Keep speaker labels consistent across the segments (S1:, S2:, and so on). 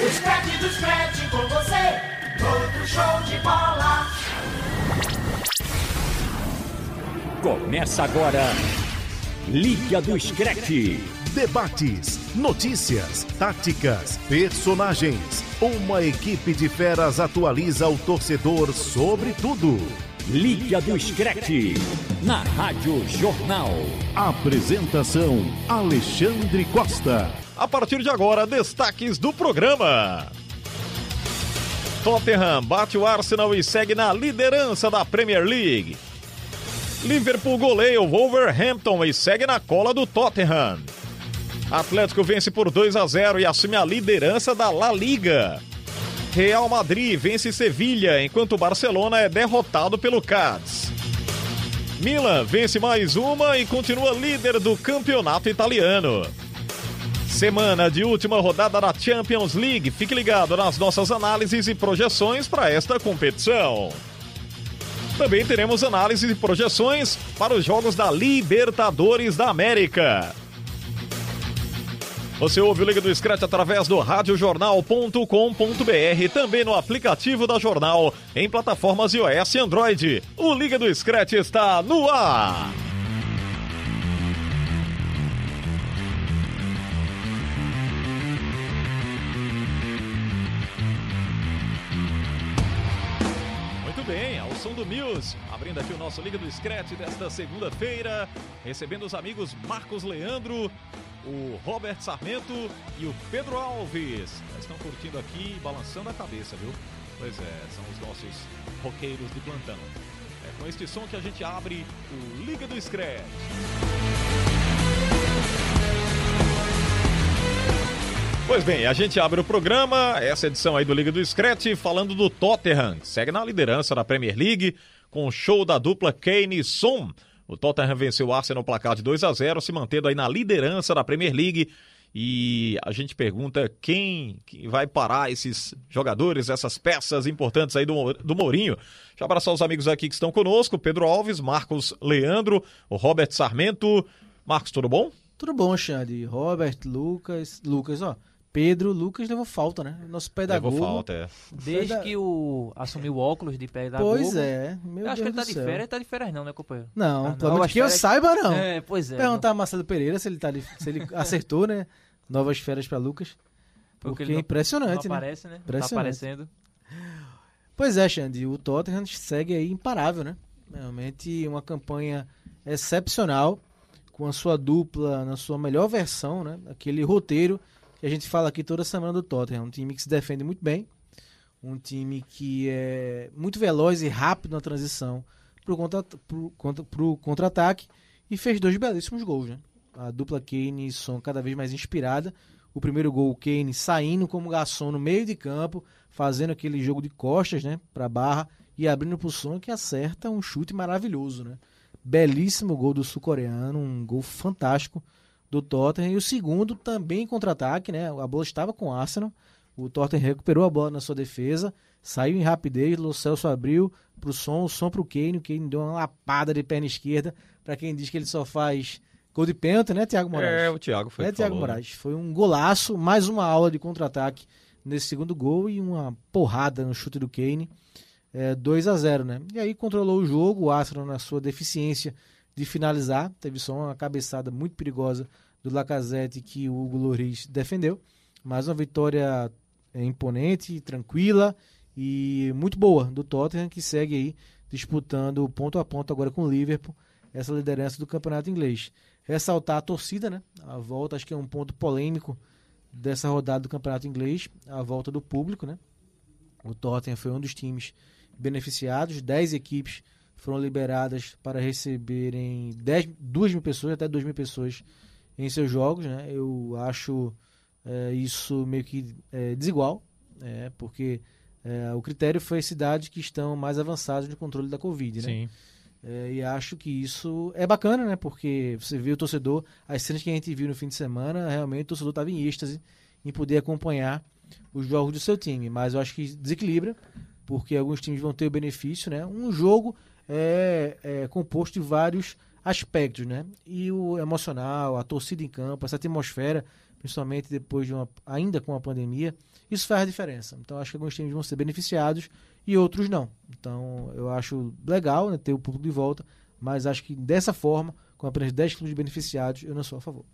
S1: O Scratch do Scratch com você, todo show de bola.
S2: Começa agora. Liga do Screte.
S3: Debates, notícias, táticas, personagens. Uma equipe de feras atualiza o torcedor sobre tudo.
S2: Liga do Screte. Na Rádio Jornal.
S3: Apresentação: Alexandre Costa.
S4: A partir de agora, destaques do programa. Tottenham bate o Arsenal e segue na liderança da Premier League. Liverpool goleia o Wolverhampton e segue na cola do Tottenham. Atlético vence por 2 a 0 e assume a liderança da La Liga. Real Madrid vence Sevilha, enquanto Barcelona é derrotado pelo Cádiz. Milan vence mais uma e continua líder do campeonato italiano. Semana de última rodada da Champions League. Fique ligado nas nossas análises e projeções para esta competição. Também teremos análises e projeções para os jogos da Libertadores da América. Você ouve o Liga do Scratch através do radiojornal.com.br, também no aplicativo da Jornal, em plataformas iOS e Android. O Liga do Scratch está no ar! Muito bem, ao som do Mills, abrindo aqui o nosso Liga do Scratch desta segunda-feira, recebendo os amigos Marcos Leandro, o Robert Sarmento e o Pedro Alves. Eles estão curtindo aqui e balançando a cabeça, viu? Pois é, são os nossos roqueiros de plantão. É com este som que a gente abre o Liga do Scratch. Pois bem, a gente abre o programa, essa edição aí do Liga do Scratch, falando do Tottenham, que segue na liderança da Premier League, com o show da dupla Kane e Son. O Tottenham venceu o Arsenal no placar de 2 a 0 se mantendo aí na liderança da Premier League. E a gente pergunta quem, quem vai parar esses jogadores, essas peças importantes aí do, do Mourinho. Deixa eu abraçar os amigos aqui que estão conosco: Pedro Alves, Marcos Leandro, o Robert Sarmento. Marcos, tudo bom?
S5: Tudo bom, Xande? Robert, Lucas, Lucas, ó. Pedro, Lucas levou falta, né? Nosso pedagogo.
S4: Levou falta, é.
S6: Desde que o assumiu o óculos de pedagogo.
S5: Pois é. Meu
S6: Eu acho que
S5: Deus
S6: ele tá
S5: do
S6: de
S5: céu.
S6: férias, ele tá de férias não, né, companheiro?
S5: Não,
S6: Tá,
S5: pelo menos
S6: novas
S5: que eu
S6: férias-
S5: saiba, não.
S6: É, pois é.
S5: Perguntar a Marcelo Pereira se ele, tá de, se ele acertou, né? Novas férias pra Lucas.
S6: Porque
S5: Porque
S6: ele
S5: é
S6: não- não,
S5: impressionante, né?
S6: aparece, né? Não Tá
S5: Impressionante.
S6: aparecendo.
S5: Pois é, Xande, o Tottenham segue aí imparável, né? Realmente uma campanha excepcional, com a sua dupla na sua melhor versão, né? Aquele roteiro que a gente fala aqui toda semana do Tottenham. Um time que se defende muito bem, um time que é muito veloz e rápido na transição pro, contra, pro, contra, pro contra-ataque e fez dois belíssimos gols, né? A dupla Kane e Son cada vez mais inspirada. O primeiro gol, o Kane saindo como garçom no meio de campo, fazendo aquele jogo de costas, né, pra barra e abrindo pro Son que acerta um chute maravilhoso, né? Belíssimo gol do sul-coreano, um gol fantástico do Tottenham. E o segundo também contra-ataque, né? A bola estava com o Arsenal. O Tottenham recuperou a bola na sua defesa, saiu em rapidez, o Celso abriu pro som, o som pro Kane, o Kane deu uma lapada de perna esquerda, pra quem diz que ele só faz gol de pênalti, né, Thiago Moraes?
S4: É, o Thiago foi.
S5: né,
S4: que
S5: Thiago
S4: falou, né?
S5: Moraes? Foi um golaço, mais uma aula de contra-ataque nesse segundo gol e uma porrada no chute do Kane. É, 2 a 0 né? E aí controlou o jogo, o Arsenal na sua deficiência de finalizar, teve só uma cabeçada muito perigosa do Lacazette que o Hugo Lloris defendeu. Mas uma vitória é, imponente, tranquila e muito boa do Tottenham que segue aí disputando ponto a ponto agora com o Liverpool essa liderança do campeonato inglês. Ressaltar a torcida, né? A volta acho que é um ponto polêmico dessa rodada do campeonato inglês, a volta do público, né? O Tottenham foi um dos times beneficiados. 10 equipes foram liberadas para receberem 10, 2 mil pessoas, até 2 mil pessoas em seus jogos. Né? Eu acho eh, isso meio que eh, desigual, né? porque eh, o critério foi as cidades que estão mais avançadas no controle da Covid. Né?
S4: Sim.
S5: É, e acho que isso é bacana, né? Porque você vê o torcedor, as cenas que a gente viu no fim de semana, realmente o torcedor estava em êxtase em poder acompanhar os jogos do seu time. Mas eu acho que desequilibra, porque alguns times vão ter o benefício, né? Um jogo é, é composto de vários aspectos, né? E o emocional, a torcida em campo, essa atmosfera principalmente depois de uma, ainda com a pandemia, isso faz diferença. Então acho que alguns times vão ser beneficiados e outros não. Então eu acho legal né, ter o público de volta, mas acho que dessa forma, com apenas 10 clubes beneficiados, eu não sou a favor.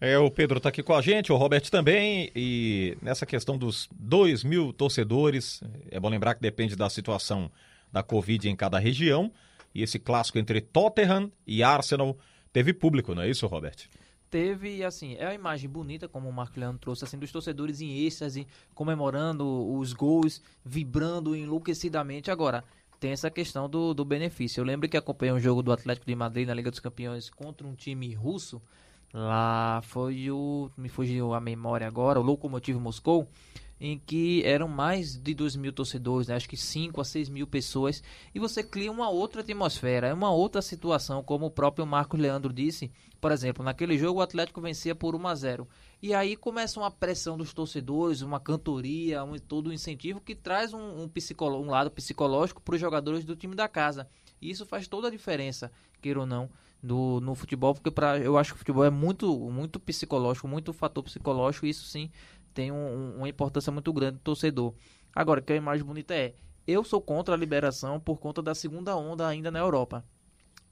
S4: É, o Pedro está aqui com a gente, o Robert também, e nessa questão dos 2 mil torcedores, é bom lembrar que depende da situação da Covid em cada região, e esse clássico entre Tottenham e Arsenal teve público, não é isso, Robert?
S6: Teve, assim, é uma imagem bonita, como o Marco Leandro trouxe, assim, dos torcedores em êxtase, comemorando os gols, vibrando enlouquecidamente. Agora, tem essa questão do, do benefício. Eu lembro que acompanhei um jogo do Atlético de Madrid na Liga dos Campeões contra um time russo. Lá foi o. Me fugiu a memória agora, o Locomotivo Moscou, em que eram mais de 2 mil torcedores, né? acho que 5 a 6 mil pessoas. E você cria uma outra atmosfera, é uma outra situação, como o próprio Marcos Leandro disse. Por exemplo, naquele jogo o Atlético vencia por 1 a 0 E aí começa uma pressão dos torcedores, uma cantoria, um, todo um incentivo que traz um, um, psicolo- um lado psicológico para os jogadores do time da casa. E isso faz toda a diferença, queira ou não, do, no futebol, porque pra, eu acho que o futebol é muito, muito psicológico, muito fator psicológico, e isso sim tem um- um- uma importância muito grande do torcedor. Agora, o que a imagem bonita é, eu sou contra a liberação por conta da segunda onda ainda na Europa.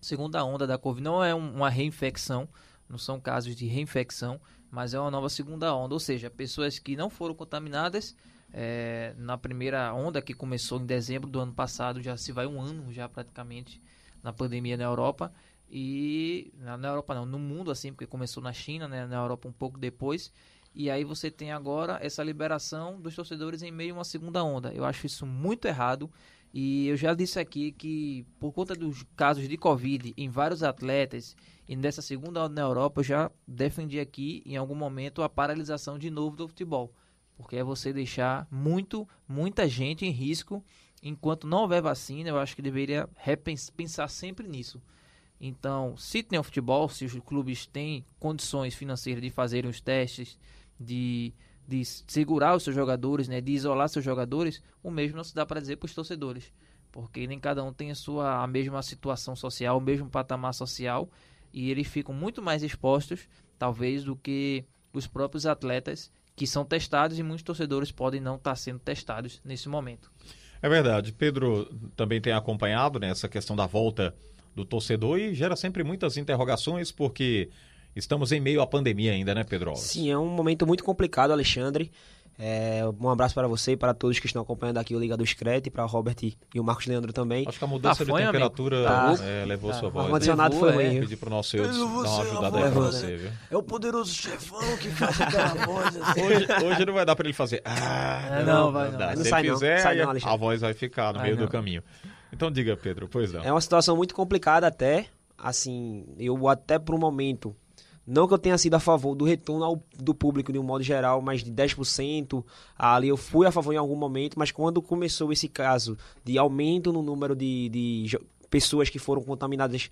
S6: Segunda onda da Covid não é um- uma reinfecção, não são casos de reinfecção, mas é uma nova segunda onda, ou seja, pessoas que não foram contaminadas eh, na primeira onda que começou em dezembro do ano passado, já se vai um ano já praticamente na pandemia na Europa e na, na Europa não, no mundo assim, porque começou na China, né, na Europa um pouco depois. E aí você tem agora essa liberação dos torcedores em meio a uma segunda onda. Eu acho isso muito errado. E eu já disse aqui que por conta dos casos de Covid em vários atletas e nessa segunda onda na Europa, eu já defendi aqui em algum momento a paralisação de novo do futebol. Porque é você deixar muito, muita gente em risco enquanto não houver vacina, eu acho que deveria repensar pensar sempre nisso. Então, se tem o futebol, se os clubes têm condições financeiras de fazerem os testes, de, de segurar os seus jogadores, né, de isolar seus jogadores, o mesmo não se dá para dizer para os torcedores. Porque nem cada um tem a sua a mesma situação social, o mesmo patamar social, e eles ficam muito mais expostos, talvez, do que os próprios atletas que são testados e muitos torcedores podem não estar sendo testados nesse momento.
S4: É verdade. Pedro também tem acompanhado né, essa questão da volta do torcedor e gera sempre muitas interrogações, porque estamos em meio à pandemia ainda, né, Pedro? Alves?
S7: Sim, é um momento muito complicado, Alexandre. É, um abraço para você e para todos que estão acompanhando aqui o Liga do Screte, para o Robert e o Marcos Leandro também.
S4: Acho que a mudança
S6: Ah,
S4: de
S6: foi, amigo?
S4: temperatura
S6: Tá.
S4: é, levou
S6: Tá.
S4: sua
S6: O
S7: O
S4: voz. né?
S7: ar-condicionado
S6: Levou,
S7: foi ruim.
S6: é.
S7: viu?
S4: Pedir pro nosso Eudes dar uma ajudada aí pra você, viu?
S7: É o poderoso chefão que faz aquela voz assim.
S4: Hoje, hoje não vai dar pra ele fazer. Ah,
S6: É, não, vai não.
S4: dá.
S7: Não
S4: Se
S7: sai não,
S4: fizer,
S7: sai não,
S4: aí a
S7: Alexandre.
S4: voz vai ficar no
S6: Vai
S4: meio do
S6: não. um-
S4: caminho. Então diga, Pedro, pois não.
S7: É uma situação muito complicada até, assim, eu até por um momento, não que eu tenha sido a favor do retorno ao- do público de um modo geral, mas de 10%, ali eu fui a favor em algum momento, mas quando começou esse caso de aumento no número de, de jo- pessoas que foram contaminadas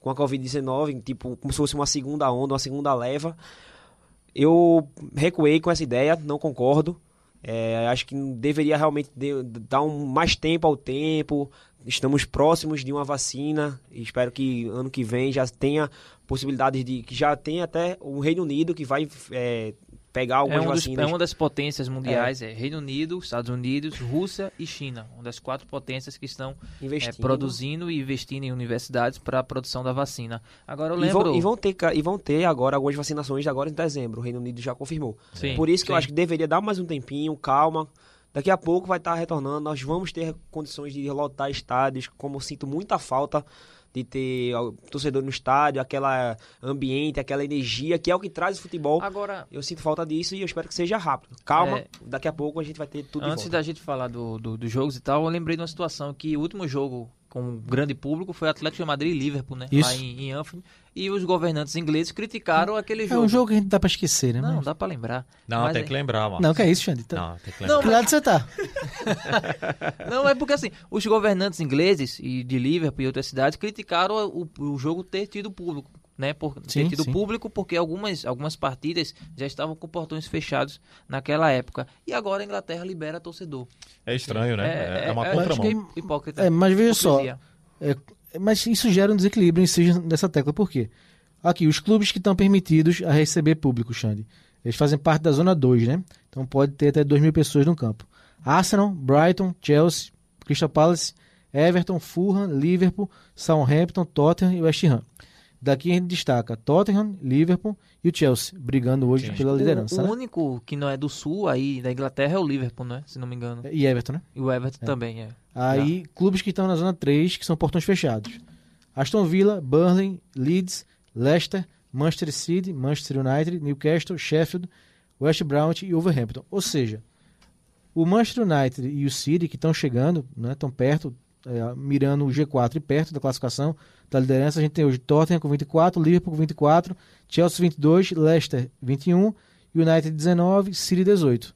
S7: com a Covid-19, tipo, como se fosse uma segunda onda, uma segunda leva, eu recuei com essa ideia, não concordo. É, acho que deveria realmente de- dar um, mais tempo ao tempo. Estamos próximos de uma vacina. Espero que ano que vem já tenha possibilidades de. que já tenha até o Reino Unido que vai é, pegar algumas
S6: é um dos-
S7: vacinas.
S6: é uma das potências mundiais, é. Reino Unido, Estados Unidos, Rússia e China. Uma das quatro potências que estão é,
S7: Investindo.
S6: produzindo e investindo em universidades para a produção da vacina. Agora eu
S7: E
S6: lembro.
S7: vão, e vão ter, ca- e vão ter agora algumas vacinações agora em dezembro. O Reino Unido já confirmou.
S6: Sim,
S7: Por isso que eu
S6: sim.
S7: acho que deveria dar mais um tempinho, calma. Daqui a pouco vai estar retornando. Nós vamos ter condições de lotar estádios, como eu sinto muita falta de ter ó, torcedor no estádio, aquela ambiente, aquela energia que é o que traz o futebol.
S6: Agora,
S7: Eu sinto falta disso e eu espero que seja rápido. Calma,
S6: É.
S7: daqui a pouco a gente vai ter tudo
S6: antes
S7: de volta.
S6: da gente falar do, do- dos jogos e tal, eu lembrei de uma situação que o último jogo com grande público foi Atlético de Madrid e Liverpool, né? Lá
S5: Isso.
S6: em, em Anfield. E os governantes ingleses criticaram aquele
S5: É
S6: jogo.
S5: um jogo que a gente dá pra esquecer, né?
S6: Não,
S5: Mas-
S6: dá pra lembrar.
S4: Não,
S6: Mas
S4: tem
S6: é-
S4: que lembrar, mano.
S5: não que é isso, Xande. Tá...
S4: Não, tem que lembrar.
S6: Não,
S5: Que lado você tá?
S6: Não, é porque assim, os governantes ingleses e de Liverpool e outras cidades criticaram o, o jogo ter tido público, né? Por, ter
S5: Sim,
S6: tido
S5: sim.
S6: público porque algumas, algumas partidas já estavam com portões fechados naquela época. E agora a Inglaterra libera torcedor.
S4: É estranho, né? É, é uma
S6: acho
S4: contramão.
S6: que é hipócrita.
S5: É, mas veja só,
S6: Hipocrisia.
S5: É, mas isso gera um desequilíbrio, insisto nessa tecla, por quê? Aqui, os clubes que estão permitidos a receber público, Xande. Eles fazem parte da zona 2, né? Então pode ter até 2 mil pessoas no campo. Arsenal, Brighton, Chelsea, Crystal Palace, Everton, Fulham, Liverpool, Southampton, Tottenham e West Ham. Daqui a gente destaca Tottenham, Liverpool e o Chelsea, brigando hoje pela liderança.
S6: O,
S5: né?
S6: o único que não é do sul aí da Inglaterra é o Liverpool, né? Se não me engano.
S5: E Everton, né?
S6: E o Everton também é.
S5: Aí, clubes que estão na zona 3, que são portões fechados. Aston Villa, Burnley, Leeds, Leicester, Manchester City, Manchester United, Newcastle, Sheffield, West Bromwich e Wolverhampton. Ou seja, o Manchester United e o City, que estão chegando, né, estão perto, é, mirando o G4 e perto da classificação da liderança, a gente tem hoje Tottenham com 24, Liverpool com 24, Chelsea 22, Leicester 21, United 19, City 18.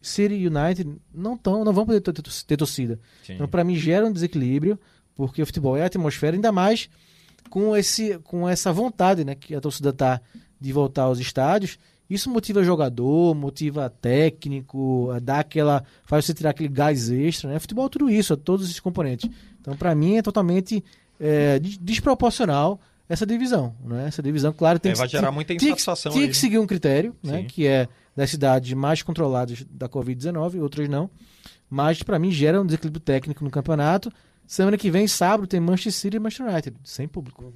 S5: City e United não tão, não vão poder ter, ter- ter torcida.
S6: é
S5: Então, para mim, gera um desequilíbrio, porque o futebol é atmosfera, ainda mais com, esse, com essa vontade né, que a torcida tá de voltar aos estádios. Isso motiva jogador, motiva técnico, a dar aquela. faz você tirar aquele gás extra, né? Futebol é tudo isso, é todos esses componentes. Então, para mim, é totalmente é, des- desproporcional essa divisão. Né? Essa divisão, claro, tem
S4: É, vai
S5: que se-
S4: gerar muita
S5: tinha que-
S4: insatisfação
S5: Tinha
S4: aí,
S5: que
S4: né?
S5: seguir um critério, né,
S4: Sim.
S5: que é das cidades mais controladas da Covid-19, outras não. Mas, para mim, gera um desequilíbrio técnico no campeonato. Semana que vem, sábado, tem Manchester City e Manchester United, sem público.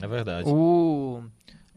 S4: É verdade.
S6: O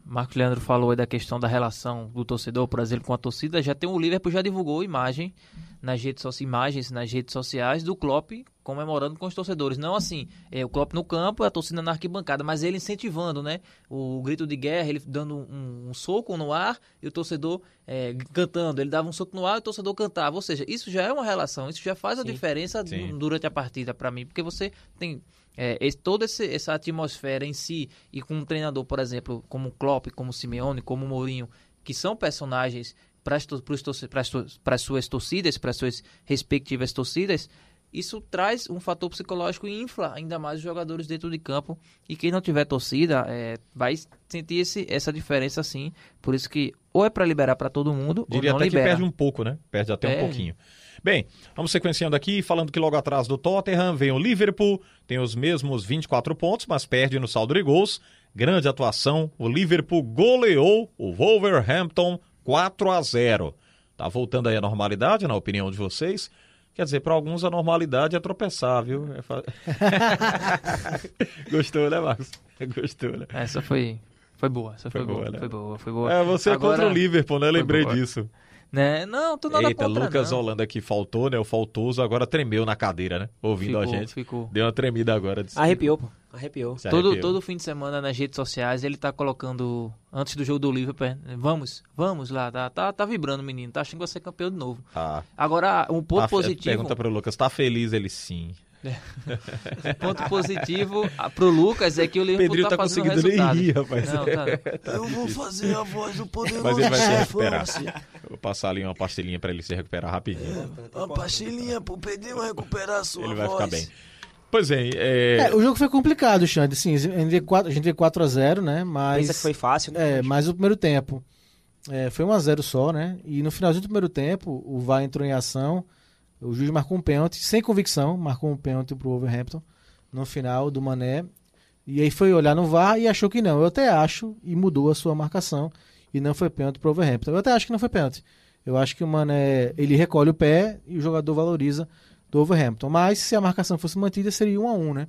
S6: Marco Leandro falou aí da questão da relação do torcedor, por exemplo, com a torcida. Já tem um, o Liverpool já divulgou imagem nas redes sociais, imagens nas redes sociais do Klopp comemorando com os torcedores. Não assim, é, o Klopp no campo, a torcida na arquibancada, mas ele incentivando, né? O grito de guerra, ele dando um, um soco no ar e o torcedor é, cantando. Ele dava um soco no ar e o torcedor cantava. Ou seja, isso já é uma relação, isso já faz a diferença
S4: Sim.
S6: du- durante a partida para mim, porque você tem é, esse- toda esse- essa atmosfera em si, e com um treinador, por exemplo, como Klopp, como Simeone, como Mourinho, que são personagens para as suas torcidas, para as suas respectivas torcidas, isso traz um fator psicológico e infla ainda mais os jogadores dentro de campo. E quem não tiver torcida é, vai sentir esse- essa diferença sim. Por isso que ou é para liberar para todo mundo,
S4: Diria
S6: ou
S4: até
S6: não libera.
S4: que perde um pouco, né? Perde até um
S6: Perde.
S4: pouquinho. Bem, vamos sequenciando aqui, falando que logo atrás do Tottenham vem o Liverpool, tem os mesmos 24 pontos, mas perde no saldo de gols. Grande atuação, o Liverpool goleou o Wolverhampton 4 a 0. Tá voltando aí a normalidade, na opinião de vocês? Quer dizer, para alguns a normalidade é tropeçar, viu? É fa- Gostou, né, Marcos? Gostou, né?
S6: É, Essa foi, foi boa, essa foi,
S4: Foi boa,
S6: boa,
S4: né?
S6: foi boa, foi boa.
S4: É, você é contra
S6: Agora-
S4: o Liverpool, né?
S6: Foi
S4: Lembrei
S6: boa.
S4: disso.
S6: Né? Não, tô nada
S4: Eita,
S6: contra,
S4: Lucas
S6: não.
S4: Holanda que faltou, né? O faltoso agora tremeu na cadeira, né? Ouvindo a
S6: Ficou,
S4: gente.
S6: ficou.
S4: Deu uma tremida agora. disse-
S7: Arrepiou, pô. Arrepiou.
S4: se
S6: Todo,
S4: arrepiou.
S6: todo fim de semana nas redes sociais ele tá colocando, antes do jogo do Liverpool, né? vamos, vamos lá, tá, tá, tá vibrando o menino, tá achando que vai ser campeão de novo.
S4: Tá.
S6: Agora, um ponto
S4: Tá,
S6: positivo,
S4: Pergunta pro Lucas, tá feliz? Ele sim.
S6: um ponto positivo ah, pro Lucas é que o Liverpool
S4: Pedrinho tá
S6: fazendo
S4: conseguindo nem
S6: resultado.
S4: rir, rapaz.
S6: Não, tá-
S1: Eu vou fazer a voz do
S4: Mas
S1: poderoso
S4: ele vai se
S1: chefão.
S4: recuperar. Vou passar ali uma pastilhinha pra ele se recuperar rapidinho.
S1: Uma pastilhinha pro Pedrinho recuperar sua
S4: ele vai
S1: voz.
S4: ficar bem. Pois é, é,
S5: É, o jogo foi complicado, Xande. Sim, a gente vê 4 a, gente vê 4 a 0 né? Mas,
S7: Pensa que foi fácil, né?
S5: é, mas o primeiro tempo é, foi 1 a 0 só, né? E no finalzinho do primeiro tempo, o VAR entrou em ação. O juiz marcou um pênalti, sem convicção, marcou um pênalti pro Wolverhampton no final do Mané. E aí foi olhar no VAR e achou que não. Eu até acho, e mudou a sua marcação. E não foi pênalti pro Wolverhampton. Eu até acho que não foi pênalti. Eu acho que o Mané, ele recolhe o pé e o jogador valoriza do Wolverhampton. Mas se a marcação fosse mantida, seria 1 a 1 né?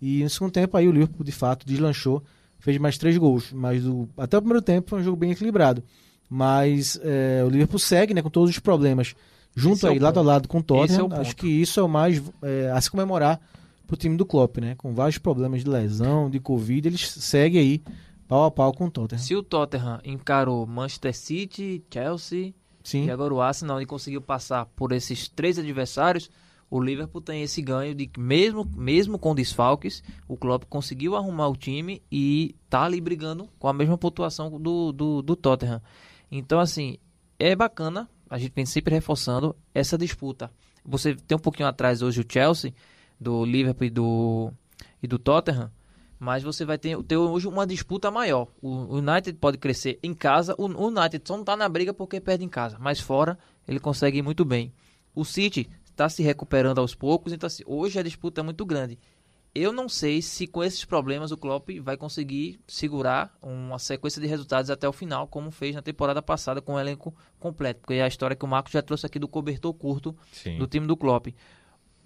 S5: E no segundo tempo aí o Liverpool de fato deslanchou, fez mais três gols, mas o- até o primeiro tempo foi um jogo bem equilibrado. Mas é, o Liverpool segue, né, com todos os problemas junto
S6: Esse é
S5: aí
S6: o
S5: lado a
S6: ponto.
S5: lado com o
S6: Esse é
S5: Tottenham.
S6: o
S5: Acho
S6: ponto.
S5: que isso é o mais é, a se comemorar pro time do Klopp, né? Com vários problemas de lesão, de Covid, eles seguem aí pau a pau com o Tottenham.
S6: se o Tottenham encarou Manchester City, Chelsea,
S5: Sim.
S6: E agora o Arsenal ele conseguiu passar por esses três adversários. O Liverpool tem esse ganho de que mesmo mesmo com desfalques, o Klopp conseguiu arrumar o time e tá ali brigando com a mesma pontuação do, do, do Tottenham. Então assim, é bacana, a gente vem sempre reforçando essa disputa. Você tem um pouquinho atrás hoje o Chelsea do Liverpool e do e do Tottenham, mas você vai ter, ter hoje uma disputa maior. O United pode crescer em casa, o o United só não está na briga porque perde em casa, mas fora ele consegue ir tá muito bem. O City está se recuperando aos poucos, então assim, hoje a disputa é muito grande. eu não sei se com esses problemas o Klopp vai conseguir segurar uma sequência de resultados até o final, como fez na temporada passada com o elenco completo. Porque é a história que o Marcos já trouxe aqui do cobertor curto
S4: Sim.
S6: do time do Klopp.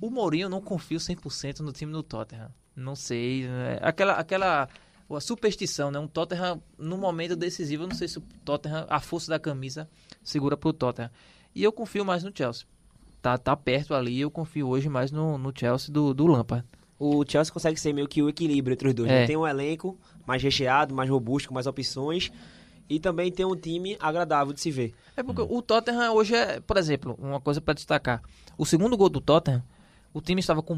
S6: O Mourinho eu não confio 100% no time do Tottenham. Não sei. né? Aquela, aquela a superstição, né? Um Tottenham, no momento decisivo, eu não sei se o Tottenham, a força da camisa, segura pro Tottenham. E eu confio mais no Chelsea. Tá, tá perto ali, eu confio hoje mais no, no Chelsea do, do Lampard.
S7: O Chelsea consegue ser meio que o equilíbrio entre os dois.
S6: É.
S7: né? Tem um elenco mais recheado, mais robusto, com mais opções. E também tem um time agradável de se ver.
S6: É porque o Tottenham hoje é, por exemplo, uma coisa pra destacar. O segundo gol do Tottenham, o time estava com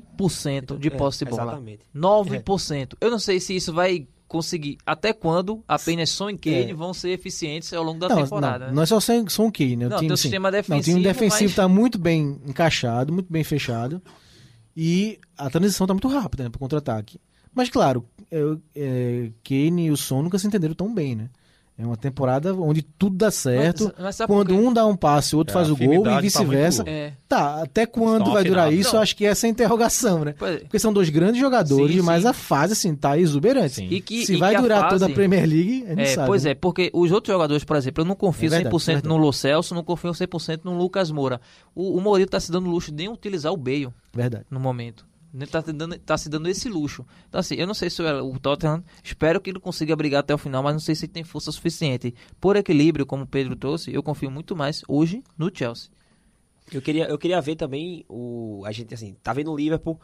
S6: 9% de
S7: É,
S6: posse de bola.
S7: exatamente.
S6: 9%. Eu não sei se isso vai conseguir. Até quando apenas Son e Kane vão ser eficientes ao longo da
S5: É. não,
S6: temporada.
S5: não,
S6: né?
S5: não é só sem som key, né?
S6: Não,
S5: o time,
S6: tem o
S5: sim.
S6: sistema
S5: Não, o time
S6: defensivo,
S5: defensivo
S6: mas-
S5: tá muito bem encaixado, muito bem fechado. E a transição tá muito rápida, né, pro contra-ataque. Mas claro, eu, é, Kane e o Son nunca se entenderam tão bem, né? É uma temporada onde tudo dá é certo.
S6: Mas- mas sabe por
S5: quando
S6: quê?
S5: um dá um passe, o outro
S4: É,
S5: faz
S4: a
S5: o gol
S4: afinidade
S5: e
S4: tá
S5: vice-versa.
S4: muito-
S6: É.
S5: Tá, até quando
S4: Estão
S5: vai durar
S4: afinados.
S5: isso?
S6: Não.
S5: Eu acho que essa é a interrogação, né?
S6: Pois é.
S5: Porque são dois grandes jogadores,
S6: Sim,
S5: mas
S6: sim.
S5: a fase, assim, tá exuberante.
S4: Sim.
S6: E que-
S5: Se
S6: e
S5: vai
S6: que a
S5: durar toda a
S6: fase-
S5: Premier League, a gente
S6: É,
S5: sabe.
S6: pois
S5: né?
S6: é, porque os outros jogadores, por exemplo, eu não confio
S5: É verdade,
S6: 100%
S5: é verdade.
S6: no Lo Celso, não confio 100% no Lucas Moura. O, o Mourinho tá se dando luxo de nem utilizar o Bale
S5: né? Verdade.
S6: no momento. Ele tá, te dando, tá se dando esse luxo. Então, assim, eu não sei se o o Tottenham. Espero que ele consiga brigar até o final, mas não sei se ele tem força suficiente. Por equilíbrio, como o Pedro trouxe, eu confio muito mais hoje no Chelsea.
S7: Eu queria, eu queria ver também o. A gente, assim, tá vendo o Liverpool,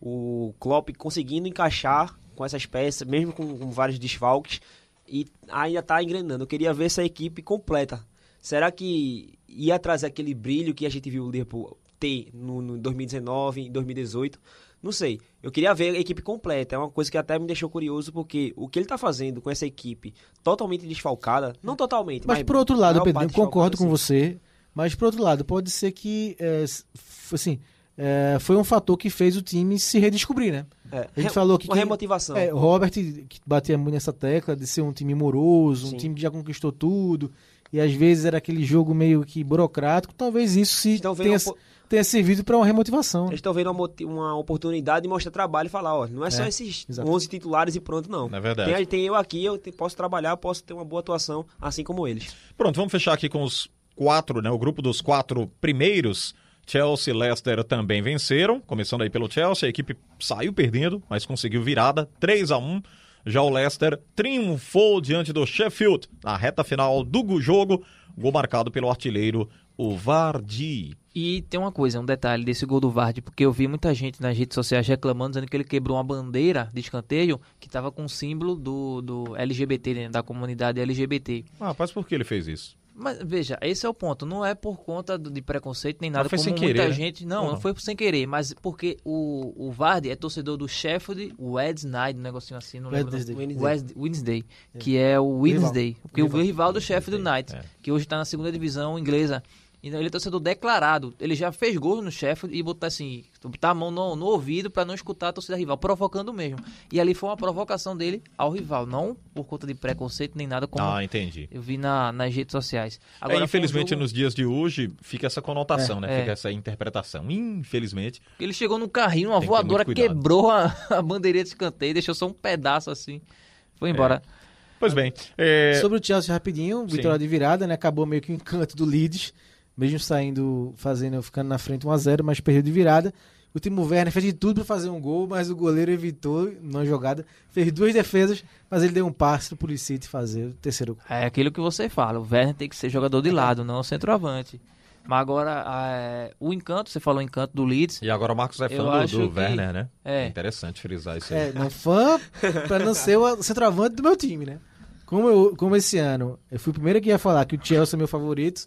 S7: o Klopp conseguindo encaixar com essas peças, mesmo com, com vários desfalques, e ainda tá engrenando. Eu queria ver essa equipe completa. Será que ia trazer aquele brilho que a gente viu o Liverpool ter no, no 2019, em 2018? Não sei. Eu queria ver a equipe completa. É uma coisa que até me deixou curioso, porque o que ele tá fazendo com essa equipe totalmente desfalcada, não totalmente, mas.
S5: Mas por outro lado,
S7: maior
S5: Pedro,
S7: parte
S5: eu concordo
S7: desfalcada,
S5: com
S7: assim.
S5: você. Mas por outro lado, pode ser que é, s- f- assim, é, foi um fator que fez o time se redescobrir, né?
S7: É,
S5: A gente
S7: re-
S5: falou que
S7: Uma
S5: quem-
S7: remotivação.
S5: É, o Robert que batia muito nessa tecla de ser um time moroso, um
S7: Sim.
S5: time que já conquistou tudo. E às vezes era aquele jogo meio que burocrático. Talvez isso se
S7: Então veio
S5: tenha,
S7: um po-
S5: tenha servido para uma remotivação. né?
S7: Eles estão vendo uma, moti- uma oportunidade de mostrar trabalho e falar, ó, não é só esses
S5: exato.
S7: 11 titulares e pronto, não.
S4: É verdade.
S7: Tem, tem eu aqui, eu te- posso trabalhar, posso ter uma boa atuação, assim como eles.
S4: Pronto, vamos fechar aqui com os quatro, né? O grupo dos quatro primeiros. Chelsea e Leicester também venceram, começando aí pelo Chelsea. A equipe saiu perdendo, mas conseguiu virada 3 a 1 Já o Leicester triunfou diante do Sheffield na reta final do jogo. Gol marcado pelo artilheiro, o Vardy.
S6: E tem uma coisa, um detalhe desse gol do Vardy, porque eu vi muita gente nas redes sociais reclamando, dizendo que ele quebrou uma bandeira de escanteio que estava com o símbolo do, do LGBT, né, da comunidade LGBT.
S4: Ah, mas por que ele fez isso?
S6: Mas veja, esse é o ponto. Não é por conta do- de preconceito nem nada.
S4: foi
S6: como
S4: sem
S6: muita
S4: querer, né?
S6: gente. Não,
S4: Ou
S6: não,
S4: não?
S6: foi sem querer. Mas porque o, o Vardy é torcedor do Sheffield Wednesday, um negocinho assim, não lembro.
S5: Wednesday.
S6: Wednesday, Wednesday, Wednesday que é o Wednesday. Porque o rival do Sheffield United,
S4: é.
S6: que hoje está na segunda divisão inglesa. Então ele é torcedor declarado. Ele já fez gol no Sheffield e botou assim, botar a mão no, no ouvido para não escutar a torcida rival, provocando mesmo. E ali foi uma provocação dele ao rival, não por conta de preconceito nem nada como
S4: Ah, entendi.
S6: eu vi na, nas redes sociais.
S4: É,
S6: foi um
S4: infelizmente,
S6: jogo-
S4: nos dias de hoje, fica essa conotação, né?
S6: é.
S4: Fica essa interpretação. Infelizmente.
S6: Ele chegou num carrinho, uma
S4: Tem que ter
S6: voadora
S4: muito cuidado.
S6: quebrou a, a bandeireta de escanteio, deixou só um pedaço assim. Foi embora.
S4: Pois bem. é,
S5: Sobre o Chelsea rapidinho, vitória de virada, né? Acabou meio que o encanto do Leeds, mesmo saindo, fazendo, ficando na frente 1 a 0 mas perdeu de virada. O Timo Werner fez de tudo para fazer um gol, mas o goleiro evitou na jogada. Fez duas defesas, mas ele deu um passe pro Pulisic fazer o terceiro gol.
S6: É aquilo que você fala, o Werner tem que ser jogador
S4: É.
S6: de lado, não centroavante. Mas agora, é, o encanto, você falou o encanto do Leeds.
S4: E agora o Marcos é
S6: Eu
S4: fã do,
S6: acho
S4: do
S6: que-
S4: Werner, né?
S6: é.
S4: Interessante frisar isso aí.
S5: É, não fã para não ser o centroavante do meu time, né? Como, eu, como esse ano, eu fui o primeiro que ia falar que o Chelsea é meu favorito.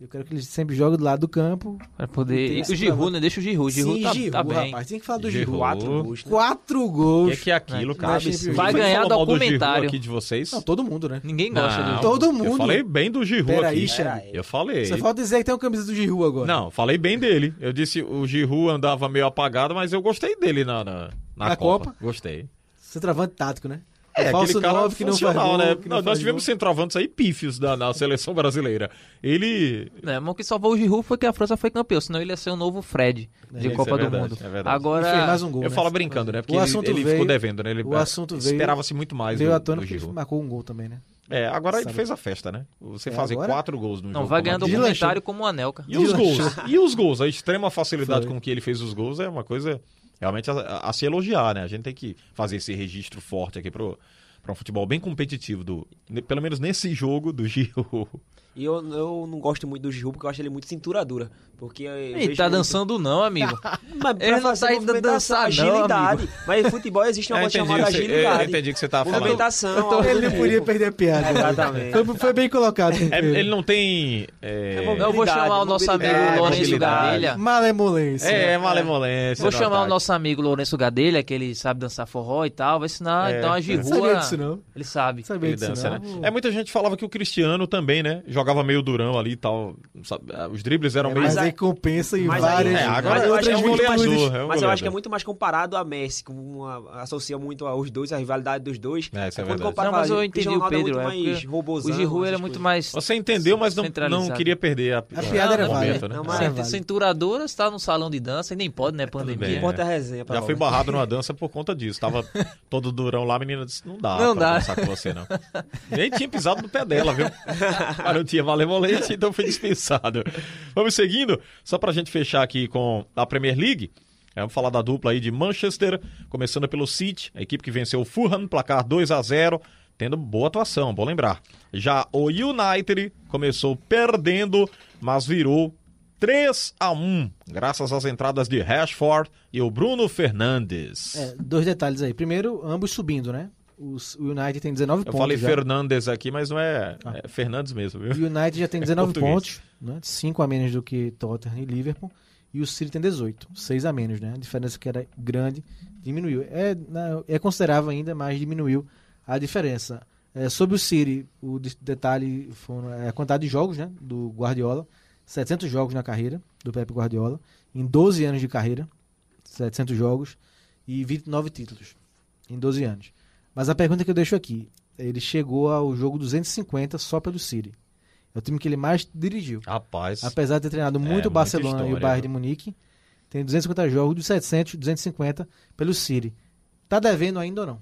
S5: Eu quero que ele sempre jogue do lado do campo.
S6: Pra poder.
S5: Tem
S6: E
S5: esse
S6: o Giroud,
S5: problema.
S6: né? Deixa o Giroud. O Giroud
S5: Sim,
S6: tá,
S5: Giroud,
S6: tá bem.
S5: rapaz. Tem que falar do
S4: Giroud.
S5: Giroud.
S7: Quatro gols, né?
S5: Quatro gols.
S4: O que é aquilo, cara?
S5: Achei absurdo.
S6: Vai
S4: Quem
S6: ganhar
S4: falou mal do Giroud
S6: documentário.
S4: aqui de vocês?
S5: Não, todo mundo, né?
S6: Ninguém gosta
S4: Não,
S6: do
S5: Todo
S4: Eu
S5: mundo.
S4: falei bem do Giroud
S5: Pera
S4: aqui.
S5: aí, Xande.
S4: eu falei.
S5: Só falta dizer que tem uma camisa do Giru agora.
S4: Não, falei bem dele. Eu disse o Giroud andava meio apagado, mas eu gostei dele na, na, na
S5: Na Copa?
S4: Gostei.
S5: Centroavante tático, né?
S4: É,
S5: falso
S4: aquele cara
S5: nove que não faz
S4: funcional,
S5: gol,
S4: né?
S5: que não
S4: Nós-
S5: faz
S4: Nós tivemos
S5: gol.
S4: centroavantes aí pífios da, na seleção brasileira. Ele.
S6: Né, mas o que salvou o Giroud foi que a França foi campeão, senão ele ia ser o novo Fred de
S4: isso
S6: Copa
S4: é
S6: do
S4: verdade,
S6: Mundo.
S4: é verdade.
S5: E fez
S6: Agora,
S5: mais um gol.
S4: eu
S5: né?
S4: falo brincando, né? Porque
S5: O
S4: ele-
S5: assunto
S4: ele, ficou
S5: veio-
S4: devendo, né? Ele
S5: o assunto veio-
S4: esperava-se muito mais
S5: Veio
S4: do,
S5: à tona
S4: do
S5: porque
S4: Giroud.
S5: marcou um gol também, né?
S4: É, agora ele
S5: Sabe?
S4: fez a festa, né? Você
S5: É,
S4: fazer
S5: agora-
S4: quatro gols no jogo.
S6: não, vai ganhando
S4: como
S5: De
S6: um
S4: aquele.
S5: lanche.
S6: comentário como o Anelka.
S4: né? E os gols? E os gols? A extrema facilidade
S5: Foi.
S4: com que ele fez os gols é uma coisa realmente a, a- a se elogiar, né? A gente tem que fazer esse registro forte aqui pro para um futebol bem competitivo do ne- pelo menos nesse jogo do Gil.
S7: E eu, eu não gosto muito do Giroud porque eu acho ele muito cintura dura. Porque eu
S6: E
S7: vejo
S6: tá
S7: muito-
S6: dançando não, amigo.
S7: Mas pra
S6: Ele não
S7: fazer
S6: tá indo
S7: movimentação,
S6: dançar, não,
S7: agilidade. Mas em futebol existe uma
S4: Eu
S7: coisa
S4: É, entendi,
S7: chamada
S4: eu sei- eu- eu
S7: agilidade.
S4: entendi o que você tava falando.
S7: movimentação.
S5: Ele não
S7: tipo.
S5: podia perder a piada.
S7: Então,
S5: né?
S7: Exatamente.
S5: Foi, foi bem colocado.
S4: É,
S5: Pedro.
S4: ele não tem é,
S7: É
S6: Eu vou
S7: Mobilidade,
S6: chamar o nosso amigo
S7: mobilidade.
S4: É,
S6: Lourenço
S4: mobilidade.
S6: Gadelha.
S5: Malemolência.
S4: é, malemolência.
S6: Vou
S4: no
S6: chamar o
S4: ataque.
S6: nosso amigo Lourenço Gadelha, que ele sabe dançar forró e tal, vai ensinar,
S4: É,
S6: então a
S4: é.
S5: Não
S6: girua.
S5: sabia disso, não.
S6: Ele sabe.
S5: Sabia
S4: Ele
S5: disso,
S4: dança,
S5: não.
S4: né? É, muita gente falava que o Cristiano também, né? Jogava meio durão ali e tal. sabe? Os dribles eram meio.
S5: É, Mas
S7: aí-
S5: aí compensa em
S7: Mas
S5: várias.
S7: aí-
S4: É, agora
S5: várias
S7: mas eu
S4: é
S7: acho que
S5: outras
S7: é muito mais-
S4: goleador, é um
S7: Mas eu acho
S4: goleador.
S7: que é muito mais comparado a Messi, que uma- associa muito aos dois, a rivalidade dos
S4: É,
S7: dois.
S4: isso é
S7: Quando
S4: verdade.
S6: Não,
S7: compara,
S6: mas eu
S7: Cristiano
S6: entendi o
S7: Ronaldo é
S6: Pedro.
S7: muito
S6: É
S7: mais
S6: porque
S7: robozão,
S6: o Giroud era
S7: essas
S6: muito
S7: coisas.
S6: mais.
S4: Você entendeu, mas não, não
S6: Centralizado.
S4: queria perder a, a
S5: piada era
S4: o
S5: válida.
S4: né?
S7: Não,
S5: mas-
S6: Cent-
S5: é válido.
S6: Cinturadora está num salão de dança e nem pode, né?
S7: O que
S6: Pandemia.
S4: bem.
S7: importa é a resenha. pra
S4: Já
S7: lá,
S4: fui
S7: né?
S4: barrado numa dança por conta disso. Tava todo durão lá, a menina disse: Não dá
S6: Não
S4: pra
S6: dá.
S4: dançar com você, não. Nem tinha pisado no pé dela, viu? Mas não tinha malemolência, então foi dispensado. Vamos seguindo, só pra gente fechar aqui com a Premier League. É, Vamos falar da dupla aí de Manchester, começando pelo City, a equipe que venceu o Fulham, placar 2 a 0 tendo boa atuação, bom lembrar. Já o United começou perdendo, mas virou 3 a 1 graças às entradas de Rashford e o Bruno Fernandes.
S5: É, dois detalhes aí. Primeiro, ambos subindo, né? Os- o United tem 19
S4: Eu
S5: pontos.
S4: falei
S5: já. Ah.
S4: Fernandes aqui, mas não é, é Fernandes mesmo,
S5: O
S4: viu? É
S5: United já tem 19
S4: português.
S5: pontos, né? 5 a menos do que Tottenham e Liverpool. E o City tem 18, 6 a menos, né? A diferença que era grande diminuiu. É, na- é considerável ainda, mas diminuiu a diferença. É, sobre o City, o de- detalhe foram é, a quantidade de jogos né? do Guardiola. 700 jogos na carreira do Pepe Guardiola. Em 12 anos de carreira, 700 jogos e 29 títulos em 12 anos. Mas a pergunta que eu deixo aqui, ele chegou ao jogo 250 só pelo City. É o time que ele mais dirigiu.
S4: Rapaz.
S5: Apesar de ter
S7: É,
S5: treinado muito
S4: muita
S5: o Barcelona e
S4: história,
S5: o Bayern
S4: viu?
S5: de Munique, tem 250 jogos, dos 700, 250 pelo City. Tá devendo ainda ou não?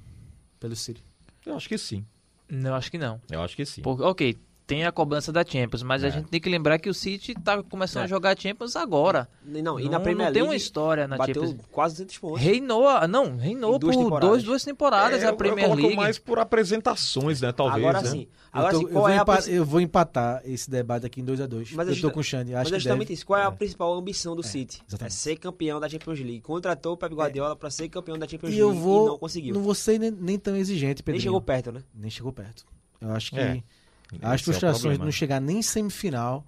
S5: Pelo City.
S4: Eu acho que sim.
S6: Não, acho que não.
S4: Eu acho que sim.
S6: Porque, ok, tem a cobrança da Champions, mas a gente tem que lembrar que o City tá começando a jogar Champions agora.
S7: Não, e
S6: Não-
S7: na Premier
S6: não tem uma
S7: League,
S6: história na
S7: bateu
S6: Champions.
S7: quase 200 pontos.
S6: Reinou, a- não, reinou
S7: Em duas
S6: por
S7: temporadas.
S6: Dois, duas temporadas
S4: É,
S6: a Premier
S4: eu coloco
S6: League.
S4: mais por apresentações, né? Talvez.
S7: agora
S4: né?
S7: sim. Agora
S5: eu, tô-
S7: sim,
S5: eu
S7: qual
S5: vou
S7: é a
S5: empa-
S7: principal-
S5: eu vou empatar esse debate aqui em 2 a 2
S7: Mas é
S5: Eu tô
S7: justa-
S5: com o Xande, acho
S7: Mas é
S5: que deve.
S7: justamente isso. Qual é a principal ambição do City? É
S5: exatamente.
S7: ser campeão da Champions League. Contratou o Pep Guardiola pra ser campeão da Champions
S5: E
S7: League
S5: eu vou.
S7: e não conseguiu.
S5: vou ser nem, nem tão exigente, Pedro.
S7: Nem chegou perto, né?
S5: nem chegou perto. Eu acho que
S4: É,
S5: as
S4: Esse é o
S5: frustrações de
S4: problema.
S5: não chegar nem semifinal,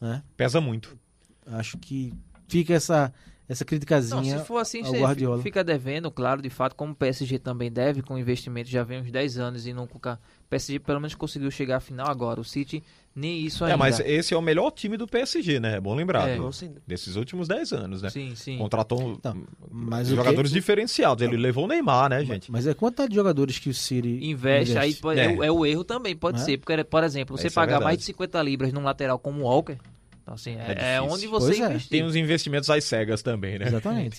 S5: né?
S4: Pesa muito.
S5: Acho que fica essa essa
S6: Não,
S5: criticazinha
S6: se for assim,
S5: ao
S6: você
S5: Guardiola.
S6: fica devendo, claro, de fato, como o PSG também deve, com investimento já vem uns 10 anos e nunca. O PSG pelo menos conseguiu chegar à final agora. O City nem isso ainda.
S4: É, mas esse é o melhor time do PSG, né? É bom lembrar.
S6: É.
S4: do-
S7: Não sei.
S4: Desses últimos 10 anos, né?
S6: Sim, sim.
S4: Contratou
S5: Então,
S4: hum,
S5: mas o
S4: jogadores
S5: que-
S4: diferenciados. Ele levou o Neymar, né, gente?
S5: Mas é quantidade de jogadores que o City
S6: Investe, aí pode- é.
S4: É.
S6: o- é o erro também, pode
S5: Né?
S6: ser. Porque, por exemplo, você
S4: Isso é
S6: pagar
S4: verdade.
S6: mais de 50 libras num lateral como o Walker, então, assim, é,
S4: É
S6: é
S4: difícil.
S6: onde você
S5: Pois é.
S6: investir.
S4: Tem uns investimentos às cegas também, né?
S5: Exatamente.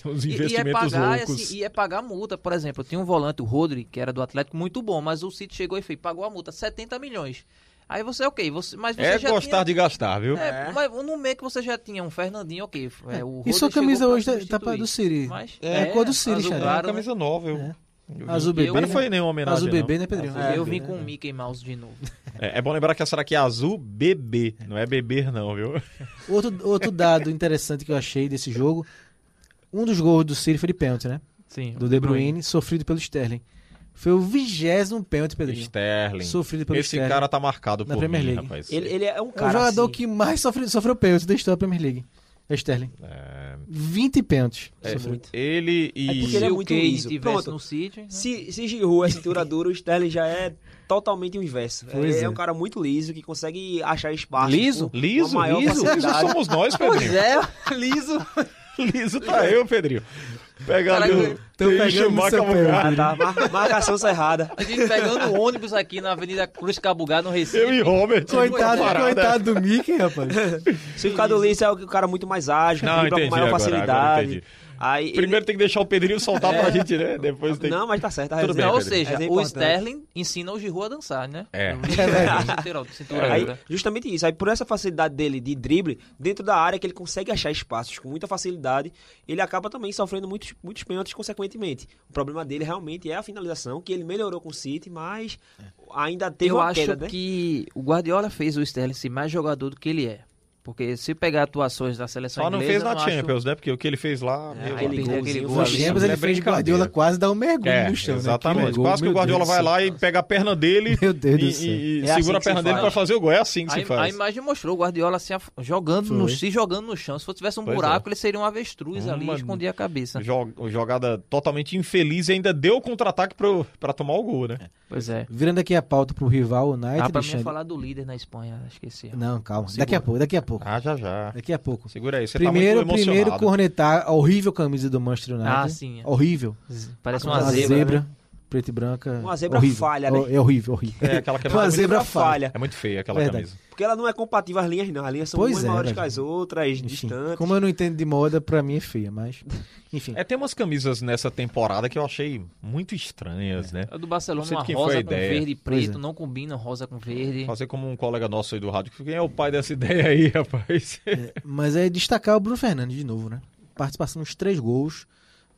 S4: Tem uns
S6: E- E, é
S4: investimentos
S6: pagar,
S4: loucos.
S6: assim, e é pagar multa. Por exemplo, tinha um volante, o Rodri, que era do Atlético, muito bom, mas o City chegou e fez, pagou a multa, 70 milhões. Aí você, ok, você, mas você
S4: É
S6: já
S4: gostar
S6: tinha,
S4: de gastar, viu?
S6: É, mas no meio que você já tinha um Fernandinho, ok. É, o
S5: E sua
S6: Rodri
S5: camisa
S6: chegou
S5: hoje
S6: pra
S5: tá, tá pra- do
S6: substituir.
S5: City.
S6: Mas-
S5: é, a cor do Ciri,
S6: azul
S5: Xará.
S4: É uma
S6: claro, né?
S4: camisa nova, eu.
S5: É.
S4: eu vi.
S5: Azul bebê.
S4: Mas não foi
S5: né?
S4: nenhuma homenagem.
S5: Azul
S4: não.
S5: bebê, né, Pedrinho?
S6: É, Eu vim com o Mickey Mouse de novo.
S4: É, é bom lembrar que a Sara aqui é azul bebê, não é beber não, viu?
S5: Outro, outro dado interessante que eu achei desse jogo, um dos gols do City foi de pênalti, né?
S6: Sim.
S5: Do De Bruyne, sofrido pelo Sterling. Foi o vigésimo pênalti, Pedrinho.
S4: Sterling.
S5: Sofrido pelo
S4: Esse
S5: Sterling.
S4: cara tá marcado
S5: na
S4: por
S5: Premier
S4: mim,
S5: League.
S4: rapaz.
S7: Ele, ele é um
S5: É o
S7: cara.
S5: jogador
S7: assim,
S5: que mais sofre, sofreu pênalti da história da Premier League. É o Sterling.
S4: É,
S5: 20 pênaltis.
S4: é,
S5: sofreu.
S4: ele
S7: É
S4: e
S7: porque ele é
S6: Se o
S7: muito
S6: Kane
S7: liso.
S6: estivesse
S7: Pronto.
S6: no City... né?
S7: Se, se Giroud é cintura dura, o Sterling já é totalmente o inverso.
S5: Pois
S7: É, é
S5: é.
S7: um cara muito liso que consegue achar espaço.
S6: Liso?
S7: com- com a
S4: liso,
S7: maior
S4: liso, liso
S7: facilidade.
S4: somos nós, Pedrinho.
S6: é, liso.
S4: Liso tá eu, Pedrinho. Pega ali
S6: Caraca,
S4: o.
S5: tão
S4: Ixi,
S5: pegando no
S4: marca
S5: seu pé.
S4: vulgar.
S7: Ah, tá. Mar- Marcação cerrada.
S6: A gente pegando ônibus aqui na Avenida Cruz Cabugá, no Recife.
S4: Eu e Robert.
S5: Coitado,
S4: Parada.
S5: coitado do Mickey, rapaz.
S7: Se ficar do Ulisses é o cara muito mais ágil,
S4: Não,
S7: que dribla
S4: entendi
S7: com maior
S4: agora, agora
S7: facilidade.
S4: entendi.
S7: Aí ele-
S4: Primeiro tem que deixar o Pedrinho soltar pra gente, né? Depois tem que.
S7: Não, mas tá certo. a
S4: Tudo
S7: resenha.
S4: bem,
S6: Não, ou
S4: Pedro.
S6: seja,
S7: Mas é
S6: o
S7: importante.
S6: Sterling ensina o Giroud a dançar, né?
S4: É.
S6: O Cintura
S7: Aí,
S6: dura.
S7: justamente isso. Aí por essa facilidade dele de drible, dentro da área que ele consegue achar espaços com muita facilidade, ele acaba também sofrendo muitos, muitos pênaltis consequentemente. O problema dele realmente é a finalização, que ele melhorou com o City, mas ainda teve
S6: Eu
S7: uma
S6: acho
S7: queda, né?
S6: que o Guardiola fez o Sterling ser mais jogador do que ele é. Porque se pegar atuações da seleção
S4: Só não
S6: inglesa,
S4: fez na
S6: não acho-
S4: Champions, né? Porque o que ele fez lá. meu
S6: aí
S4: amigo.
S6: perdeu aquele
S7: golzinho
S6: gol
S5: No
S6: ali.
S5: Champions
S4: É
S5: ele fez o
S4: brincadeira.
S5: Guardiola quase dar um mergulho
S4: É,
S5: no chão. né?
S4: exatamente.
S5: Aquilo é gol,
S4: Quase que o
S5: meu
S4: Guardiola
S5: Deus do
S4: vai
S5: céu.
S4: lá e pega a perna dele
S5: Meu Deus do
S4: e,
S5: céu.
S4: e- e
S7: É assim
S4: segura a
S7: que se
S4: perna dele
S7: faz.
S4: pra fazer o gol. É assim que
S6: A,
S4: se
S6: im- a
S4: faz.
S6: imagem mostrou o Guardiola se, af- jogando no,
S5: Foi.
S6: se jogando no chão. Se tivesse um
S4: Pois é. Hum,
S6: buraco, ele seria um avestruz ali
S4: Uma-
S6: e escondia a cabeça.
S4: Jo- Jogada totalmente infeliz e ainda deu o contra-ataque pro- pra tomar o gol, né?
S6: Pois é.
S5: Virando aqui a pauta pro rival, o United.
S6: Ah, pra mim é
S5: Xande.
S6: falar do líder na Espanha, esqueci.
S5: Não, calma. Daqui a pouco, daqui a pouco.
S4: Ah, já já.
S5: Daqui a pouco.
S4: Segura aí, você
S5: primeiro,
S4: tá muito emocionado.
S5: primeiro cornetar a horrível camisa do Manchester United.
S6: Ah, sim.
S5: Horrível.
S6: Z- Parece
S5: Uma,
S6: uma
S5: zebra,
S6: zebra. né?
S5: preta e branca.
S7: Uma zebra
S5: horrível.
S7: falha, né?
S5: Ho- É horrível, horrível.
S4: É, aquela camisa
S5: uma
S4: é muito-
S5: zebra
S7: Ela
S5: falha.
S7: falha.
S4: É muito feia aquela
S5: Verdade.
S4: camisa.
S7: Porque ela não é compatível às linhas, não. As linhas são
S5: Pois
S7: umas
S5: é,
S7: maiores que
S5: velho.
S7: as outras,
S5: Enfim,
S7: distantes.
S5: como eu não entendo de moda, pra mim é feia, mas. Enfim.
S4: É, tem umas camisas nessa temporada que eu achei muito estranhas, né?
S6: A É do Barcelona,
S4: Não sei de
S6: uma
S4: quem
S6: rosa
S4: foi
S6: com
S4: a ideia.
S6: verde e
S5: Pois
S6: preto,
S5: é.
S6: não combina rosa com verde.
S4: Fazer como um colega nosso aí do rádio. Quem é o pai dessa ideia aí, rapaz?
S5: Mas é destacar o Bruno Fernandes de novo, né? Participação nos três gols.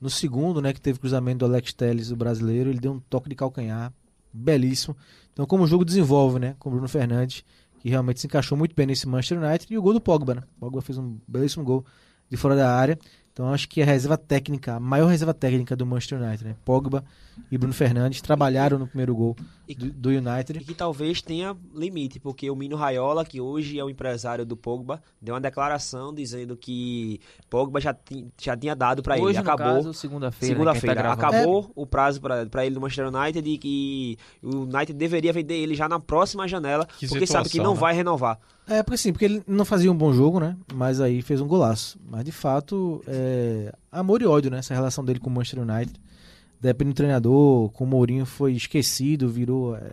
S5: No segundo, né, que teve cruzamento do Alex Telles, o brasileiro, ele deu um toque de calcanhar belíssimo. Então, como o jogo desenvolve, né, com o Bruno Fernandes, que realmente se encaixou muito bem nesse Manchester United, e o gol do Pogba, né? O Pogba fez um belíssimo gol de fora da área. Então, acho que a reserva técnica, a maior reserva técnica do Manchester United, né? Pogba e Bruno Fernandes trabalharam no primeiro gol do, do United.
S7: E que talvez tenha limite, porque o Mino Raiola, que hoje é o empresário do Pogba, deu uma declaração dizendo que Pogba já, ti- já tinha dado pra ele.
S6: Hoje, no
S7: Acabou.
S6: caso, segunda-feira. né, quem
S7: Segunda-feira.
S6: tá gravando.
S5: É.
S7: acabou o prazo pra pra ele do Manchester United e que o United deveria vender ele já na próxima janela,
S4: Que
S7: porque sabe que
S4: situação,
S7: não
S4: né?
S7: vai renovar.
S5: É, porque sim, porque ele não fazia um bom jogo, né? Mas aí fez um golaço. Mas de fato, é amor e ódio, né? Essa relação dele com o Manchester United. Depende do treinador, com o Mourinho foi esquecido, virou, é,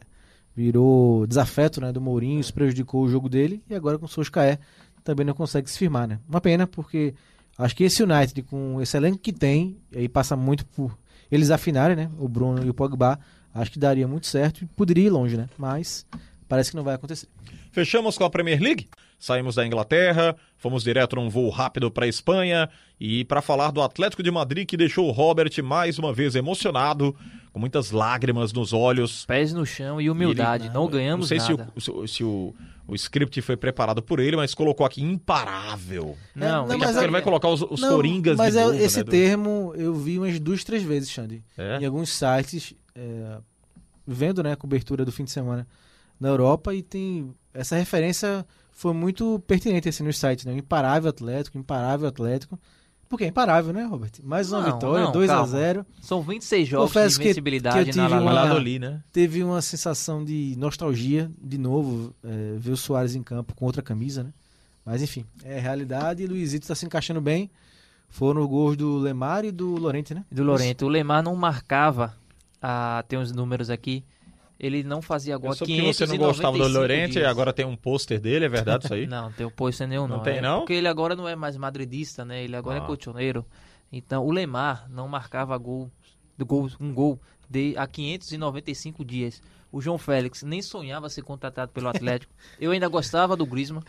S5: virou desafeto né, do Mourinho, isso prejudicou o jogo dele. E agora com o Soscaé também não consegue se firmar, né? Uma pena, porque acho que esse United, com esse elenco que tem, e aí passa muito por eles afinarem, né? O Bruno e o Pogba, acho que daria muito certo e poderia ir longe, né? Mas parece que não vai acontecer.
S4: Fechamos com a Premier League, saímos da Inglaterra, fomos direto num voo rápido para a Espanha e para falar do Atlético de Madrid que deixou o Robert mais uma vez emocionado, com muitas lágrimas nos olhos.
S6: Pés no chão e humildade.
S4: Ele-
S6: não ganhamos
S4: Não sei se,
S6: nada.
S4: o, se o- se o- o script foi preparado por ele, mas colocou aqui imparável.
S5: Não,
S6: Não,
S5: mas
S4: Daqui a pouco
S5: é-
S4: ele vai colocar os, os
S5: Não,
S4: coringas
S5: Mas
S4: de
S5: é-
S4: novo,
S5: esse
S4: né, do-
S5: termo eu vi umas duas, três vezes, Xande.
S4: É?
S5: Em alguns sites, é, vendo né, a cobertura do fim de semana na Europa, e tem. Essa referência foi muito pertinente assim, nos sites, né? O Imparável Atlético, Imparável Atlético. Porque é imparável, né, Robert? Mais uma
S6: Não,
S5: vitória,
S6: não,
S5: 2 a
S6: calma.
S5: 0
S6: São 26 jogos
S5: Confesso que-
S6: de invencibilidade
S5: que eu
S6: na
S5: tive
S6: La
S5: uma-
S6: Liga.
S4: Valladolid, né?
S5: Teve uma sensação de nostalgia, de novo, é, ver o Soares em campo com outra camisa, né? Mas enfim, é realidade. E Luizito está se encaixando bem. Foram os gols do Lemar e do Lorente, né?
S6: do Lorento. O Lemar não marcava. Ah, tem uns números aqui. Ele não fazia gol.
S4: Eu
S6: há
S4: soube que você não
S6: 595
S4: gostava do Lorente e
S6: dias.
S4: agora tem um pôster dele, é verdade isso aí?
S6: Não, tem o posto nenhum,
S4: Não
S6: não.
S4: tem,
S6: É
S4: não?
S6: Porque ele agora não é mais madridista, né? Ele agora
S4: Ah.
S6: é colchoneiro. Então, o Lemar não marcava gol, gol um gol de, há 595 dias. O João Félix nem sonhava ser contratado pelo Atlético. Eu ainda gostava do Griezmann.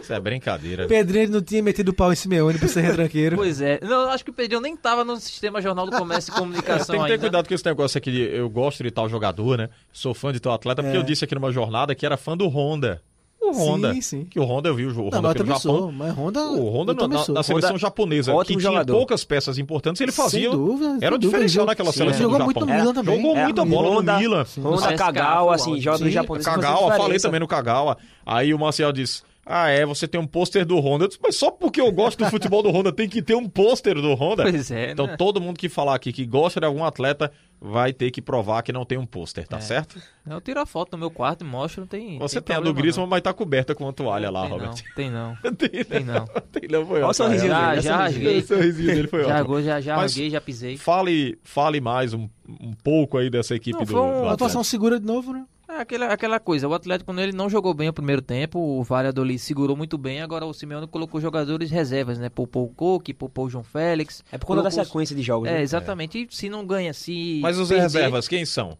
S4: Isso é brincadeira.
S5: Pedrinho não tinha metido o pau em Simeone pra ser retranqueiro.
S6: Pois é. Não, eu acho que o Pedrinho nem tava no sistema Jornal do Comércio e
S4: É,
S6: Comunicação
S4: tem que ter
S6: ainda.
S4: cuidado com esse negócio aqui de eu gosto de tal jogador, né? Sou fã de tal atleta,
S5: É.
S4: porque eu disse aqui numa jornada que era fã do Honda. O
S5: Sim,
S4: Honda.
S5: sim.
S4: Que o Honda eu vi o jo- o Honda
S5: não, mas eu
S4: aqui no
S5: também
S4: Japão.
S5: sou. Mas Honda.
S4: O Honda
S5: Então,
S4: na,
S5: eu também
S4: na-
S5: sou.
S4: na seleção
S7: Honda,
S4: japonesa,
S7: ótimo
S4: que
S7: jogador.
S4: tinha poucas peças importantes, ele fazia.
S5: Sem dúvida, sem
S4: era o
S5: dúvida,
S4: diferencial
S5: ele
S4: naquela
S5: jogou-
S4: seleção
S5: jogou
S4: do
S5: muito
S4: Japão.
S5: no Milan também.
S4: Jogou
S5: É,
S4: muita
S5: no
S4: bola
S7: Honda-
S4: no Milan.
S5: Sim.
S7: Honda
S6: CSKA,
S7: Kagawa,
S6: foi
S7: assim,
S6: ótimo.
S7: jogadores
S5: Sim, é
S7: japoneses. fazem
S4: Kagawa, falei
S7: diferença.
S4: também no Kagawa. Aí o Marcel disse: Ah, é, você tem um pôster do Honda. Eu disse, mas só porque eu gosto do futebol do Honda tem que ter um pôster do Honda?
S6: Pois é,
S4: Então
S6: né?
S4: todo mundo que falar aqui que gosta de algum atleta vai ter que provar que não tem um pôster, tá certo?
S6: Eu tiro a foto no meu quarto e mostro, não tem.
S4: Você tem,
S6: tem
S4: a do
S6: problema,
S4: Griezmann,
S6: não.
S4: mas tá coberta com a toalha lá,
S6: tem
S4: Robert.
S6: Não, tem não.
S4: Tem, né?
S6: Tem não.
S4: Tem, não foi
S7: Olha o
S4: ótimo.
S7: sorrisinho
S6: Já-
S7: dele. olha o
S6: já
S7: sorrisinho
S6: rasguei.
S7: dele.
S4: O sorrisinho dele foi
S6: Já,
S4: ótimo.
S6: go- já, já
S4: Mas
S6: joguei, já pisei.
S4: Fale, fale mais um, um pouco aí dessa equipe
S6: Não,
S4: do,
S6: foi um-
S4: do
S6: uma
S5: Uma
S4: Atlético.
S5: atuação segura de novo, né?
S6: É aquela, aquela coisa, o Atlético quando ele não jogou bem o primeiro tempo, o Valladolid segurou muito bem, agora o Simeone colocou jogadores reservas, né? Poupou o Coque, poupou o João Félix.
S7: É por conta da
S6: colocou os-
S7: sequência de jogos.
S6: É,
S7: né?
S6: exatamente. E se não ganha, se.
S4: Mas os
S6: perder-
S4: reservas, quem são?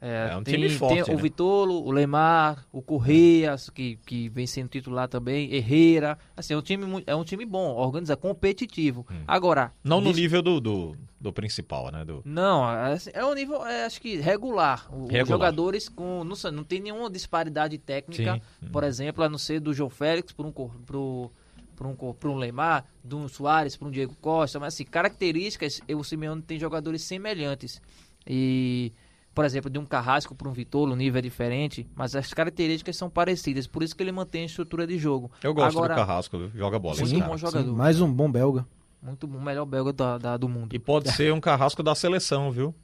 S6: É,
S4: é um
S6: tem,
S4: time forte,
S6: tem o
S4: né?
S6: Vitolo, o Lemar, o Correias, que, que vem sendo titular também, Herrera. Assim, é um time, mui- é um time bom, organiza, competitivo. Agora.
S4: Hum. Não no
S6: des-
S4: nível do, do, do principal, né? Do...
S6: Não, assim, é um nível, é, acho que regular. O-
S4: Regular.
S6: Os jogadores com. Não, sei, não tem nenhuma disparidade técnica,
S4: Sim. Uhum.
S6: por exemplo, a não ser do João Félix para um, cor- pro, pro um, cor- pro um Leymar, de um Soares para um Diego Costa. Mas, assim, características, o Simeone tem jogadores semelhantes. E, por exemplo, de um Carrasco para um Vitolo, o nível é diferente, mas as características são parecidas. Por isso que ele mantém a estrutura de jogo.
S4: Eu gosto
S6: Agora,
S4: do Carrasco, viu? joga bola. esse
S6: Muito
S4: cara.
S6: bom jogador.
S5: mais um bom belga.
S6: Muito bom, melhor belga da- da- do mundo.
S4: E pode ser um Carrasco da seleção, viu?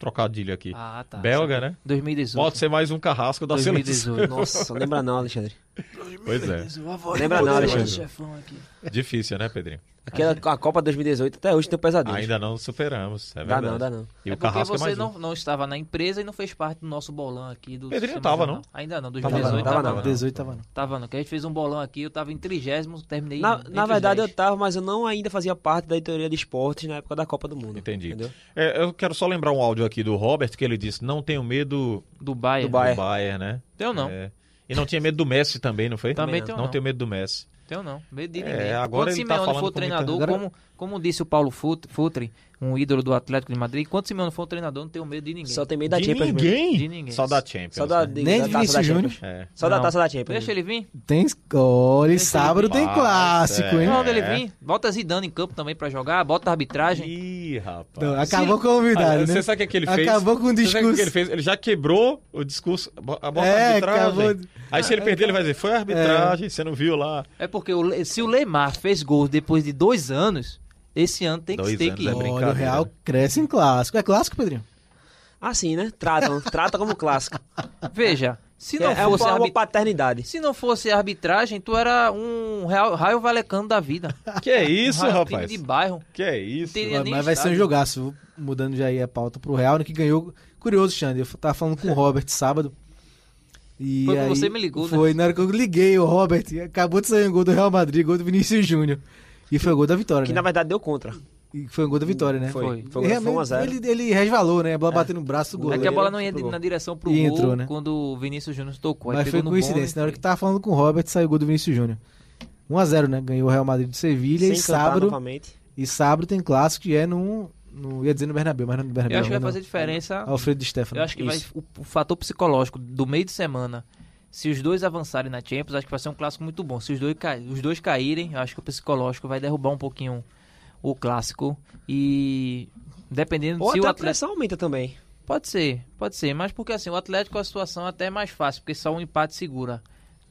S4: Trocadilho aqui.
S6: Ah, tá.
S4: Belga, né?
S6: 2018.
S4: Pode ser mais um Carrasco da seleção.
S6: 2018.
S7: Nossa, lembra não, Alexandre.
S4: Pois é.
S7: Lembra não, Alexandre.
S6: Chefão aqui.
S4: Difícil, né, Pedrinho?
S7: Aquela a Copa 2018 até hoje tem um pesadelo.
S4: Ainda não superamos, é
S7: Dá
S4: verdade.
S7: não, dá não.
S4: E
S6: é
S4: o
S6: porque
S4: Carrasco é
S6: você
S4: mais um.
S6: não, não estava na empresa e não fez parte do nosso bolão aqui. Do
S4: Pedrinho
S6: sistema
S4: tava,
S6: jornal.
S4: não?
S6: Ainda não,
S4: Tava não,
S6: 2018
S7: tava
S6: tava
S7: não.
S6: não. Tava,
S5: 18 tava não.
S6: não, que a gente fez um bolão aqui, eu tava em trigésimo, terminei
S7: Na,
S6: entre
S7: na
S6: os
S7: verdade eu
S6: dez.
S7: tava, mas eu não ainda fazia parte da editoria de esportes na época da Copa do Mundo.
S4: Entendi.
S7: Entendeu?
S4: É, eu quero só lembrar um áudio aqui do Robert que ele disse: não tenho medo
S6: É. Do Bayern.
S7: Do Bayern.
S4: do Bayern, né?
S6: Teu não,
S4: É. E não tinha medo do Messi também, não foi?
S6: Também
S4: não.
S6: tenho
S4: Não
S6: não.
S4: tenho medo do Messi.
S6: teu não. Medo de
S4: É,
S6: ninguém.
S4: agora
S6: quando
S4: ele tá
S6: Simeone
S4: falando
S6: for
S4: com muita-
S6: treinador,
S4: Agora-
S6: como, como disse o Paulo Fut- Futre, um ídolo do Atlético de Madrid, quando Simeone for treinador, não tenho medo de ninguém.
S7: Só tem meio da
S4: de
S7: Champions mesmo.
S4: ninguém?
S6: De ninguém.
S4: Só da Champions.
S7: Só
S4: né?
S7: da, de-
S5: Nem
S7: da
S5: de
S7: taça da
S5: Vinícius
S7: Champions.
S5: Júnior.
S4: É.
S7: Só da
S6: Não.
S7: taça da Champions.
S6: Deixa ele vir.
S5: Tem. Olha,
S6: Esse
S5: sábado tem
S4: rapaz,
S5: clássico,
S4: é.
S5: hein?
S6: Quando ele vir, bota Zidane em campo também pra jogar, bota a arbitragem.
S4: Ih, rapaz.
S5: Não, acabou com a humildade,
S4: Ah,
S5: né?
S4: Você sabe o que, é que ele fez?
S5: Acabou com o
S4: Você sabe que
S5: discurso.
S4: ele, fez? ele já quebrou o discurso. bo- A bota
S5: É,
S4: arbitragem.
S5: acabou.
S4: Aí se ele perder, ele vai dizer, foi a arbitragem, você não viu lá.
S6: É porque o Le- se o Leymar fez gol depois de dois anos, esse ano tem
S4: Dois
S6: que ter
S4: anos
S6: que
S4: é
S6: ir.
S4: brincadeira.
S5: Olha, o Real cresce em clássico. É clássico, Pedrinho?
S7: Assim, né? Tratam, trata como clássico.
S6: Veja, se não,
S7: É, é
S6: fosse
S7: uma,
S6: arbi-
S7: uma paternidade.
S6: se não fosse arbitragem, tu era um Real- raio valecano da vida.
S4: Que é isso,
S6: Raio- time
S4: rapaz?
S6: de bairro.
S4: Que é isso?
S6: Tem-
S5: Mas
S6: nem
S5: vai ser um
S6: estádio.
S5: jogaço. Vou Mudando já aí a pauta pro Real, né, que ganhou. Curioso, Xande. Eu tava falando com o Robert sábado. E
S6: Foi quando
S5: aí,
S6: você me ligou, né?
S5: Foi na hora que eu liguei o Robert. e Acabou de sair um gol do Real Madrid, gol do Vinícius Júnior. E foi o gol da vitória,
S7: Que
S5: né?
S7: na verdade deu contra.
S5: E foi um gol da vitória, né?
S7: Foi. Foi,
S6: Foi.
S7: foi,
S5: E
S7: um a zero.
S5: Ele, ele resvalou, né? A bola bateu no braço do
S6: É
S5: goleiro.
S6: que a bola não ia
S7: pro gol.
S6: na direção pro
S5: E
S6: gol
S5: entrou, né?
S6: quando o Vinícius Júnior tocou. Aí
S5: Mas
S6: pegou
S5: foi
S6: no
S5: coincidência.
S6: bom né?
S5: Na hora que tava falando com o Robert, saiu o gol do Vinícius Júnior. 1x0, né? Ganhou o Real Madrid de Sevilha
S7: Sem
S5: e
S7: cantar
S5: sábado.
S7: novamente.
S5: E sábado tem clássico que é no. no ia dizer no Bernabéu, mas não é no Bernabéu.
S6: Eu acho que vai
S5: não.
S6: fazer diferença.
S5: Alfredo de Stefano.
S6: Eu acho que vai,
S7: Isso.
S6: o, o fator psicológico do meio de semana, se os dois avançarem na Champions, acho que vai ser um clássico muito bom. Se os dois, ca- os dois caírem, eu acho que o psicológico vai derrubar um pouquinho o clássico. E dependendo
S7: Ou
S6: se o
S7: até a
S6: Atlético.
S7: pressão aumenta também.
S6: Pode ser, pode ser. Mas porque assim, o Atlético a situação é até mais fácil, porque só um empate segura.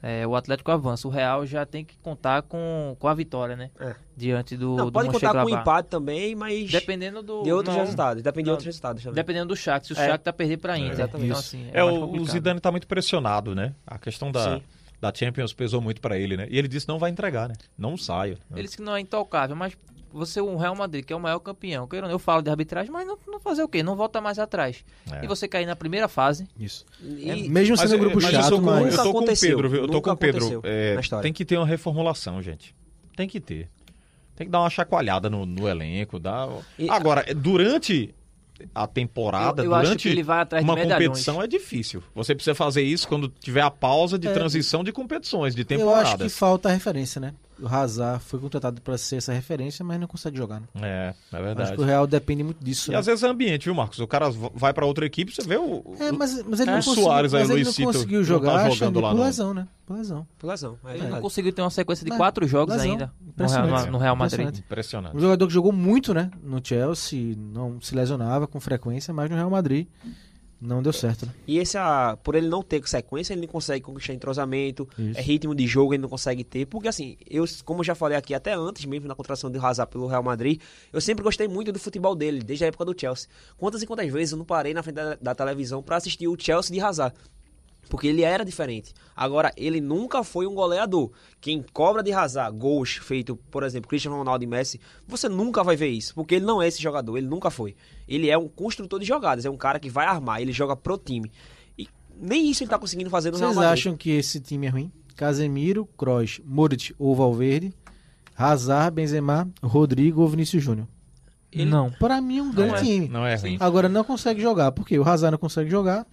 S6: É, o Atlético avança. O Real já tem que contar com, com a vitória, né?
S7: É.
S6: Diante do,
S7: não,
S6: do
S7: pode contar com um
S6: Mönchengladbach.
S7: empate também, mas
S6: Dependendo do.
S7: de outros
S6: não,
S7: resultados. Depende de
S6: Não.
S7: outros resultados também.
S6: Dependendo do Shakhtar. Se o
S7: É.
S6: Shakhtar perder pra Inter.
S7: Exatamente.
S6: Então,
S5: Isso.
S6: assim,
S4: É,
S6: mais
S4: o, o
S6: complicado.
S4: Zidane tá muito pressionado, né? A questão da,
S7: Sim.
S4: da Champions pesou muito pra ele, né? E ele disse, não vai entregar, né? Não saio.
S6: Ele disse que não é intocável, mas você, o Real Madrid, que é o maior campeão, queira ou não, eu falo de arbitragem, mas não, não fazer o quê? Não volta mais atrás.
S4: É.
S6: E você cair na primeira fase,
S5: Isso.
S7: E-
S6: É
S5: Mesmo
S4: Mas, é,
S5: sendo um grupo
S4: mas eu,
S5: chato,
S4: sou com, eu
S5: mas.
S4: tô com o
S7: aconteceu.
S4: Pedro, viu? Eu tô
S7: Nunca
S4: com o Pedro.
S7: aconteceu
S4: É,
S7: na história.
S4: tem que ter uma reformulação, gente. Tem que ter. Tem que dar uma chacoalhada no, no elenco. Dá...
S7: E-
S4: Agora, é, durante a temporada,
S6: Eu- eu acho
S4: durante
S6: que ele vai atrás de
S4: uma
S6: medalhões.
S4: competição, é difícil. Você precisa fazer isso quando tiver a pausa de transição de competições, de
S5: É. Eu acho que
S4: temporadas.
S5: falta a referência, né? O Hazard foi contratado pra ser essa referência, mas não consegue jogar, né?
S4: É, é
S5: Acho que o
S4: verdade.
S5: Real depende muito disso.
S4: E
S5: né?
S4: às vezes é ambiente, viu, Marcos? O cara v- vai pra outra equipe, você vê o.
S5: É, mas, mas ele
S4: É.
S5: não
S4: O
S5: conseguiu,
S4: Suárez aí,
S5: mas ele
S4: Luiz
S5: não
S4: Cito,
S5: conseguiu
S4: não tá
S5: jogar,
S4: jogando
S5: Xande,
S4: lá
S5: por
S4: no-
S5: lesão, né? Por lesão.
S7: Por razão. É
S5: Ele
S6: ele não
S7: verdade.
S6: conseguiu ter uma sequência de
S5: Mas,
S6: quatro jogos
S5: lesão.
S6: ainda no Real,
S5: Impressionante.
S6: no Real Madrid.
S5: Impressionante.
S4: Impressionante.
S5: Um jogador que jogou muito, né? No Chelsea, não se lesionava com frequência, mas no Real Madrid Não deu certo, né?
S7: E esse, a- por ele não ter sequência, ele não consegue conquistar entrosamento,
S5: Isso.
S7: é, ritmo de jogo ele não consegue ter. Porque assim, eu, como eu já falei aqui até antes mesmo na contratação do Hazard pelo Real Madrid, eu sempre gostei muito do futebol dele, desde a época do Chelsea. Quantas e quantas vezes eu não parei na frente da, da televisão pra assistir o Chelsea de Hazard? Porque ele era diferente. Agora, ele nunca foi um goleador. Quem cobra de razar gols feito, por exemplo, Cristiano Ronaldo e Messi, você nunca vai ver isso. Porque ele não é esse jogador, ele nunca foi. Ele é um construtor de jogadas, é um cara que vai armar, ele joga pro time. E nem isso ele tá conseguindo fazer no Real
S5: Vocês
S7: Madrid.
S5: acham que esse time é ruim? Casemiro, Kroos, Modric ou Valverde, Hazard, Benzema, Rodrigo ou Vinícius Júnior.
S6: Não.
S5: Para mim é um grande time.
S4: Não é ruim.
S5: Agora não consegue jogar, porque o Hazard não consegue jogar,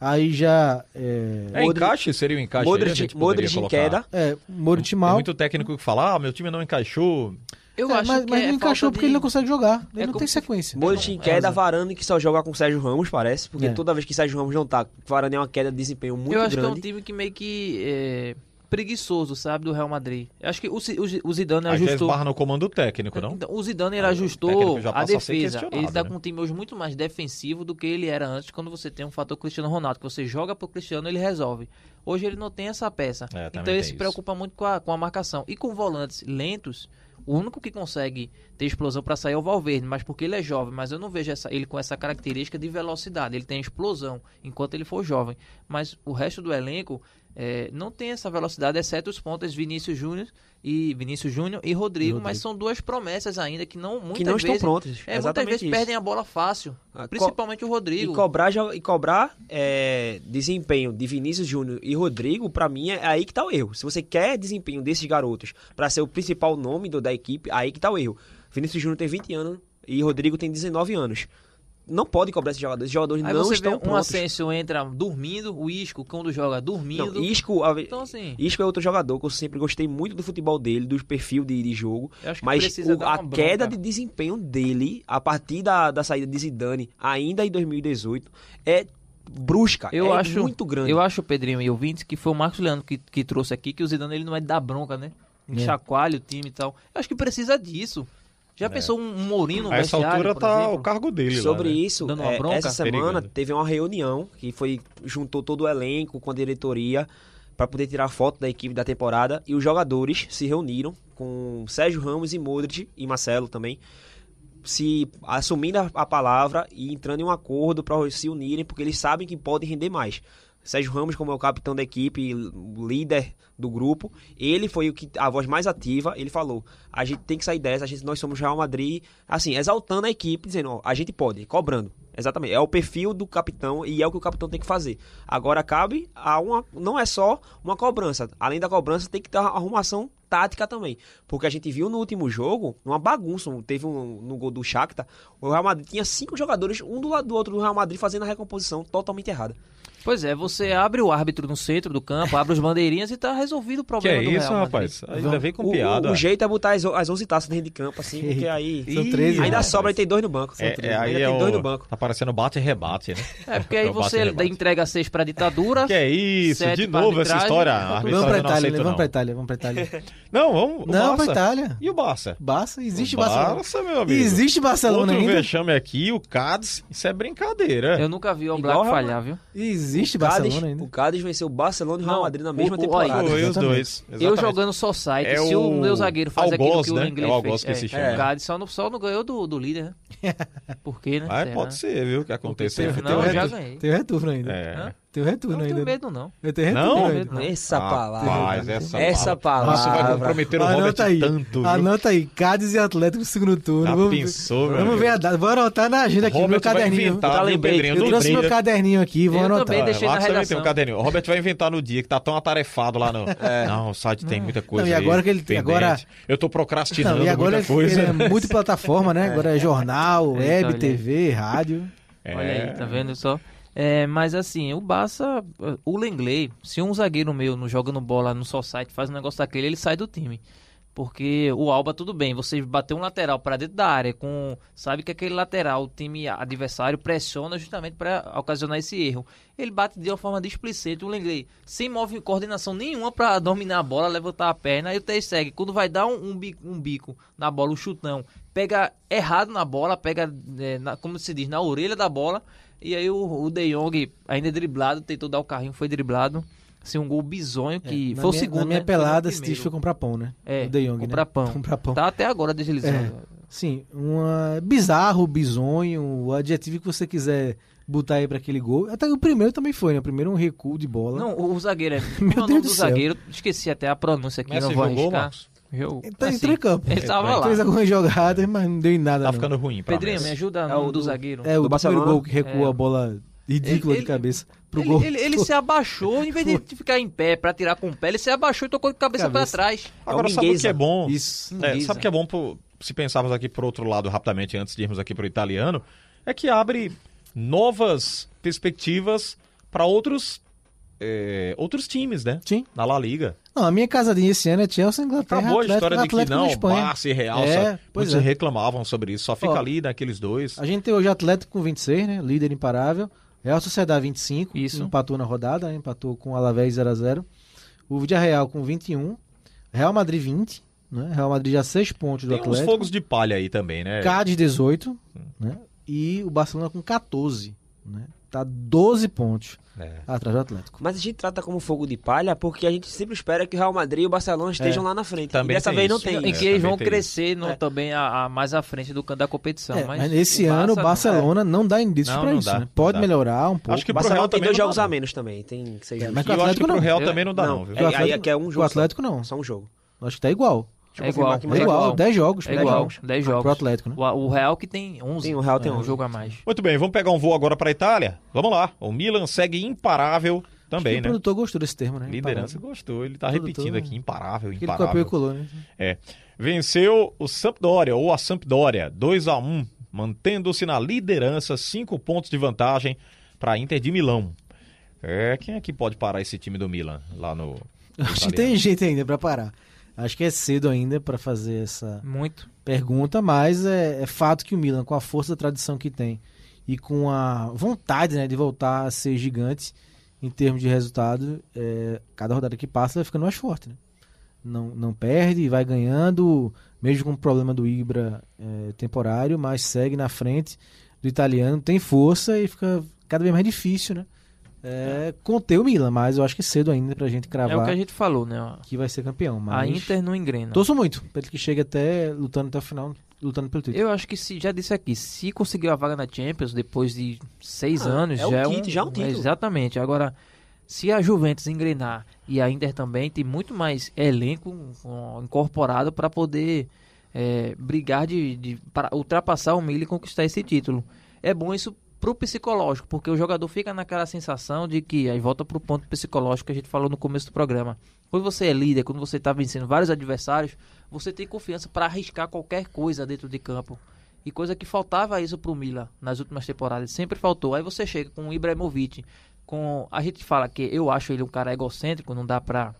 S5: aí já é,
S4: É encaixe? Seria o encaixe? aí, a gente poderia
S7: Modric, Modric em
S4: colocar.
S7: queda.
S5: é Modric
S4: Tem
S5: mal.
S4: muito técnico que fala, ah, meu time não encaixou.
S6: Eu
S5: É,
S6: acho
S5: mas
S6: que
S5: mas
S6: é
S5: não
S6: falta
S5: encaixou porque
S6: de-
S5: ele não consegue jogar. Ele
S6: É
S5: não
S6: como
S5: tem
S6: se-
S5: sequência.
S7: Modric em queda, Varane que só joga com o Sérgio Ramos, parece. Porque
S5: É.
S7: toda vez que Sérgio Ramos não tá, Varane é uma queda de desempenho muito
S6: eu acho que é um
S7: grande.
S6: time que meio que é, preguiçoso, sabe, do Real Madrid. Eu acho que o, Ci- o Gi- o Zidane
S4: Aí já
S6: ajustou.
S4: esbarra no comando técnico, não?
S6: Então, o Zidane ele
S4: Aí o
S6: ajustou
S4: técnico já
S6: a
S4: passa a ser
S6: defesa.
S4: questionado,
S6: Ele tá
S4: né?
S6: com um time hoje muito mais defensivo do que ele era antes, quando você tem um fator Cristiano Ronaldo, que você joga pro Cristiano ele resolve. Hoje ele não tem essa peça.
S4: É, também
S6: então
S4: tem
S6: ele se
S4: isso.
S6: preocupa muito com a, com a marcação. E com volantes lentos, o único que consegue ter explosão para sair é o Valverde, mas porque ele é jovem, mas eu não vejo essa- ele com essa característica de velocidade. Ele tem explosão enquanto ele for jovem. Mas o resto do elenco é, não tem essa velocidade, exceto os pontas Vinícius Júnior e Vinícius Júnior e Rodrigo, mas são duas promessas ainda que não muitas
S7: Que não estão
S6: vezes,
S7: prontos.
S6: É, muitas
S7: Exatamente
S6: vezes
S7: isso.
S6: perdem a bola fácil,
S7: Ah, co-
S6: principalmente o Rodrigo.
S7: E cobrar, jo- e cobrar é, desempenho de Vinícius Júnior e Rodrigo, pra mim, é aí que tá o erro. Se você quer desempenho desses garotos pra ser o principal nome do- da equipe, aí que tá o erro. Vinícius Júnior tem 20 anos e Rodrigo tem 19 anos. Não pode cobrar esses jogadores. Esses jogadores
S6: Aí
S7: não
S6: você vê
S7: estão
S6: um
S7: prontos.
S6: Ascenso entra dormindo, o Isco, quando joga dormindo.
S7: Não, Isco, a-
S6: Então, assim,
S7: Isco é outro jogador que eu sempre gostei muito do futebol dele, do perfil de, de jogo.
S6: Eu acho que
S7: Mas
S6: precisa
S7: o-
S6: dar
S7: a
S6: uma
S7: queda de
S6: bronca.
S7: desempenho dele, a partir da, da saída de Zidane, ainda em 2018, é brusca.
S6: eu
S7: é
S6: acho
S7: muito grande.
S6: Eu acho, Pedrinho e ouvintes, que foi o Marcos Leandro que, que trouxe aqui, que o Zidane ele não é de dar bronca, né?
S5: É.
S6: Chacoalha o time e tal. Eu acho que precisa disso.
S4: É.
S6: Já pensou um Mourinho no
S4: A essa
S6: vestiário,
S4: altura
S6: por
S4: tá
S6: exemplo?
S4: o cargo dele
S7: Sobre
S4: lá, né?
S7: isso,
S6: Dando uma
S7: é,
S6: bronca?
S7: essa semana
S4: Perigando.
S7: teve uma reunião que foi juntou todo o elenco com a diretoria para poder tirar foto da equipe da temporada e os jogadores se reuniram com Sérgio Ramos e Modric e Marcelo também, se assumindo a, a palavra e entrando em um acordo para se unirem porque eles sabem que podem render mais. Sérgio Ramos, como é o capitão da equipe, o líder do grupo, ele foi o que a voz mais ativa. Ele falou: a gente tem que sair dessa, a gente, nós somos Real Madrid, assim, exaltando a equipe, dizendo: ó, a gente pode, cobrando. Exatamente, é o perfil do capitão e é o que o capitão tem que fazer. Agora cabe a uma, não é só uma cobrança, além da cobrança tem que ter uma arrumação tática também, porque a gente viu no último jogo uma bagunça, teve um no gol do Shakhtar, o Real Madrid tinha cinco jogadores um do lado do outro do Real Madrid fazendo a recomposição totalmente errada.
S6: Pois é, você abre o árbitro no centro do campo, abre os bandeirinhas e tá resolvido o
S4: Que
S6: problema
S4: é
S6: do
S4: isso,
S6: Real Madrid.
S4: rapaz? Ainda vem com
S7: O- o-
S4: piada.
S7: O, jeito é botar as, o- as 11 taças dentro de campo, assim, porque aí.
S5: São 13,
S7: ainda
S5: rapaz.
S7: sobra e tem dois no banco. São
S4: É,
S7: 13,
S4: é, aí
S7: ainda
S4: é
S7: tem dois
S4: o...
S7: no banco.
S4: Tá parecendo bate e rebate, né?
S6: É, porque aí
S4: É o bate e
S6: você
S4: rebate.
S6: entrega seis pra ditadura.
S4: Que é isso,
S6: Sete
S4: de
S6: pra
S4: novo essa
S6: arbitragem,
S4: história.
S6: tá
S4: A
S6: tudo.
S5: Vamos
S4: arbitragem
S5: pra
S4: não
S5: Itália,
S4: aceita,
S5: né?
S4: não.
S5: vamos pra Itália, vamos pra Itália.
S4: Não, vamos. o
S5: não, pra
S4: Barça.
S5: Itália.
S4: E o Barça?
S5: Barça, existe
S4: O
S5: Barcelona.
S4: Barça, meu amigo.
S5: Existe Barcelona
S4: Outro
S6: tá-
S5: ainda?
S4: vexame aqui, o Cádiz. Isso é brincadeira.
S6: Eu nunca vi o
S7: Igual
S6: Black
S7: Real Madrid.
S6: falhar, viu?
S5: Existe
S7: O Cádiz,
S5: Barcelona ainda.
S7: o Cádiz venceu o Barcelona e o Real
S6: Não,
S7: Madrid na
S6: o-
S7: mesma
S6: o-
S7: temporada.
S6: olha,
S4: Foi os
S5: Exatamente.
S4: dois.
S6: Eu
S4: exatamente.
S6: jogando só site,
S4: É
S6: se o
S4: o
S6: meu zagueiro faz aquilo
S4: Algoz,
S6: que o
S4: né?
S6: inglês
S4: É o Algoz
S6: fez.
S4: que se
S6: é,
S4: chama,
S6: o
S4: né?
S6: Cádiz só não, só não ganhou do, do líder, né? Por quê, né?
S4: Mas
S6: Será?
S4: pode ser, viu, que aconteceu. um
S6: Não,
S5: Tem o
S6: eu já
S5: retorno-
S6: ganhei.
S5: Tem o retorno ainda.
S4: É.
S5: Tem o
S6: Eu
S5: retorno
S6: não tenho
S5: ainda.
S6: medo, não.
S5: Eu tenho
S4: Não?
S5: retorno
S6: Não.
S5: ainda.
S7: Essa
S6: Ah,
S4: Rapaz,
S7: palavra.
S4: essa,
S7: Essa palavra.
S4: Nossa, vai comprometer o Robert
S5: Anota aí.
S4: tanto, viu?
S5: Anota aí. Cádiz e Atlético no segundo turno.
S4: Já
S5: Vamos,
S4: pensou, meu
S5: vamos
S4: amigo?
S5: ver a data. Vou anotar na agenda aqui, no meu
S4: Robert vai
S5: caderninho.
S4: inventar,
S7: Eu
S4: viu,
S7: lembrei.
S4: Pedrinho?
S5: Eu trouxe meu caderninho aqui, vou
S6: Eu
S5: anotar.
S6: também deixei na
S4: Relaxa, também tem
S6: redação.
S4: um caderninho. O Robert vai inventar no dia que tá tão atarefado lá no. Não, o site tem muita coisa.
S5: É. Não, e
S4: aí,
S5: agora que ele tem-
S4: pendente.
S5: agora-
S4: Eu tô procrastinando
S5: Não, e agora
S4: muita
S5: ele,
S4: coisa.
S5: ele é multiplataforma, né? Agora é jornal, web,
S6: olha aí.
S5: TV, rádio.
S4: É.
S6: Olha aí, tá vendo só? É, mas assim, o Barça, o Lenglet, se um zagueiro meu não jogando bola no só site, faz um negócio daquele, ele sai do time. Porque o Alba, tudo bem, você bater um lateral pra dentro da área, com sabe que aquele lateral, o time adversário pressiona justamente pra ocasionar esse erro. Ele bate de uma forma displicente, o Lenglet, sem move coordenação nenhuma pra dominar a bola, levantar a perna, aí o Ter segue. Quando vai dar um, um bico, um bico na bola, um chutão, pega errado na bola, pega, é, na- como se diz, na orelha da bola, E aí o, o De Jong, ainda é driblado, tentou dar o carrinho, foi driblado. Assim, um gol bizonho que
S5: É, Na
S6: foi o
S5: minha-
S6: segundo.
S5: Na minha
S6: né?
S5: pelada,
S6: Foi o
S5: esse
S6: primeiro.
S5: foi comprar pão, né?
S6: É,
S5: O De Jong,
S6: comprar
S5: né?
S6: pão.
S5: Comprar pão. É.
S6: Tá até agora deslizando.
S5: Sim, uma bizarro, bizonho, o adjetivo que você quiser botar aí pra aquele gol. Até o primeiro também foi, né? O primeiro é um recuo de bola.
S6: Não, o, o zagueiro é.
S5: Meu
S6: Como é o
S5: Deus
S6: nome
S5: do
S6: do
S5: céu.
S6: zagueiro? Esqueci até a pronúncia aqui,
S4: Messi
S6: não vou
S4: jogou,
S6: arriscar.
S4: Marcos?
S6: Jogou.
S5: Ele tá em
S6: Assim,
S5: três campos.
S6: Ele tava lá.
S5: Fez algumas jogadas, mas não deu em nada.
S4: Tá
S5: não.
S4: ficando ruim pra
S6: Pedrinho, me
S4: Messi.
S6: ajuda
S7: É
S6: no
S7: o
S6: do
S7: do-
S5: É,
S6: zagueiro.
S5: o
S7: Do
S5: primeiro
S7: Barcelona.
S5: gol que recua
S6: É.
S5: a bola ridícula
S6: Ele-
S5: de cabeça pro
S6: Ele,
S5: gol.
S6: ele- ele se abaixou, em vez de ficar em pé pra tirar com o pé, ele se abaixou e tocou de cabeça, pra
S5: Cabeça.
S6: trás.
S4: Agora,
S7: É o
S4: sabe o que
S7: Mingueza.
S4: é bom?
S5: Isso.
S4: É,
S6: Mingueza.
S4: sabe o que é bom pro- se pensarmos aqui pro outro lado rapidamente, antes de irmos aqui pro italiano? É que abre novas perspectivas para outros, é, outros times, né?
S5: Sim.
S4: Na La Liga.
S5: Não, a minha casadinha esse ano é Chelsea, Inglaterra,
S4: Acabou a
S5: Atlético,
S4: história de que
S5: Atlético na
S4: não,
S5: Espanha.
S4: Barça e Real.
S5: É,
S4: só-
S5: pois
S4: muitos
S5: é.
S4: reclamavam sobre isso. Só fica
S5: Ó,
S4: ali naqueles dois.
S5: A gente tem hoje Atlético com 26, né? Líder imparável. Real Sociedade 25,
S6: Isso.
S5: empatou na rodada, né? empatou com o Alavés 0 a 0. O Villarreal com 21, Real Madrid 20, né? Real Madrid já 6 pontos do
S4: Tem uns
S5: Atlético.
S4: fogos de palha aí também, né?
S5: Cádiz 18,
S4: Hum.
S5: né? E o Barcelona com 14, né? Tá 12 pontos
S4: É.
S5: atrás do Atlético.
S7: Mas a gente trata como fogo de palha porque a gente sempre espera que o Real Madrid e o Barcelona estejam lá na frente.
S4: É, Também
S7: e dessa
S4: tem
S7: vez não
S4: isso.
S7: tem.
S4: É,
S6: Em
S7: isso.
S6: que eles
S4: também
S6: vão
S4: tem
S6: crescer no- também a, a- mais à frente do canto da competição.
S5: É,
S6: mas,
S5: mas nesse
S6: o
S5: ano o
S6: Barça não. é.
S5: Barcelona não, dá indícios
S4: Não,
S5: pra
S4: não
S5: isso,
S4: dá,
S5: né?
S4: não
S5: Pode
S4: dá.
S5: melhorar um pouco.
S4: Acho que
S7: O
S4: pro Real
S7: Barcelona tem
S4: também
S7: dois
S4: não
S7: jogos
S4: dá,
S7: a menos também, tem que ser justo.
S5: mas
S4: E eu acho que
S5: Atlético
S4: pro
S5: não.
S4: Real também não dá, não, viu?
S7: é, aí é
S5: Atlético-
S7: que é um
S5: o
S7: jogo
S5: Atlético não.
S7: só. Só um jogo.
S5: Acho que tá igual.
S7: Deixa eu
S6: É
S7: confirmar
S6: igual,
S7: aqui,
S5: é
S7: mas
S5: igual, 10 jogos,
S6: É
S5: 10
S6: igual,
S5: jogos.
S6: 10 jogos.
S5: Pro Atlético, né?
S6: O, o Real que tem 11.
S7: Tem, o Real tem
S6: é, um
S7: 11.
S6: jogo a mais.
S4: Muito bem, vamos pegar um voo agora para Itália? Vamos lá. O Milan segue imparável também,
S5: o
S4: né?
S5: produtor gostou desse termo, né?
S4: Liderança
S5: Imparável.
S4: gostou, ele tá
S5: Tudo,
S4: repetindo
S5: tudo.
S4: aqui, imparável,
S5: Aquele copiou e
S4: imparável.
S5: colou, né?
S4: É. Venceu o Sampdoria, ou a Sampdoria, 2 a 1 mantendo-se na liderança, cinco pontos de vantagem para a Inter de Milão. É, quem é que pode parar esse time do Milan lá no.
S5: Acho que tem jeito ainda pra parar. Acho que é cedo ainda pra fazer essa
S6: Muito.
S5: pergunta, mas é, é fato que o Milan, com a força da tradição que tem e com a vontade né, de voltar a ser gigante em termos de resultado, é, cada rodada que passa vai ficando mais forte. Né? Não, não perde e vai ganhando, mesmo com o problema do Ibra é, temporário, mas segue na frente do italiano, tem força e fica cada vez mais difícil né? É, conter o Milan, mas eu acho que é cedo ainda pra gente cravar
S6: É o que
S5: que,
S6: a gente falou, né? ó.
S5: vai ser campeão. Mas...
S6: A Inter não engrena.
S5: Torço muito pra ele que chegue até lutando até o final, lutando pelo título.
S6: Eu acho que se já disse aqui, se conseguiu a vaga na Champions depois de seis
S7: Ah,
S6: anos,
S7: é um
S6: já, é
S7: título,
S6: um,
S7: já é um título.
S6: Exatamente. Agora, se a Juventus engrenar e a Inter também tem muito mais elenco ó, incorporado para poder é, brigar de, de pra ultrapassar o Milan e conquistar esse título. É bom isso pro psicológico, porque o jogador fica naquela sensação de que aí volta pro ponto psicológico que a gente falou no começo do programa. Quando você é líder, quando você tá vencendo vários adversários, você tem confiança para arriscar qualquer coisa dentro de campo. E coisa que faltava isso pro Milan nas últimas temporadas, sempre faltou. Aí você chega com o Ibrahimovic, com a gente fala que eu acho ele um cara egocêntrico, não dá pra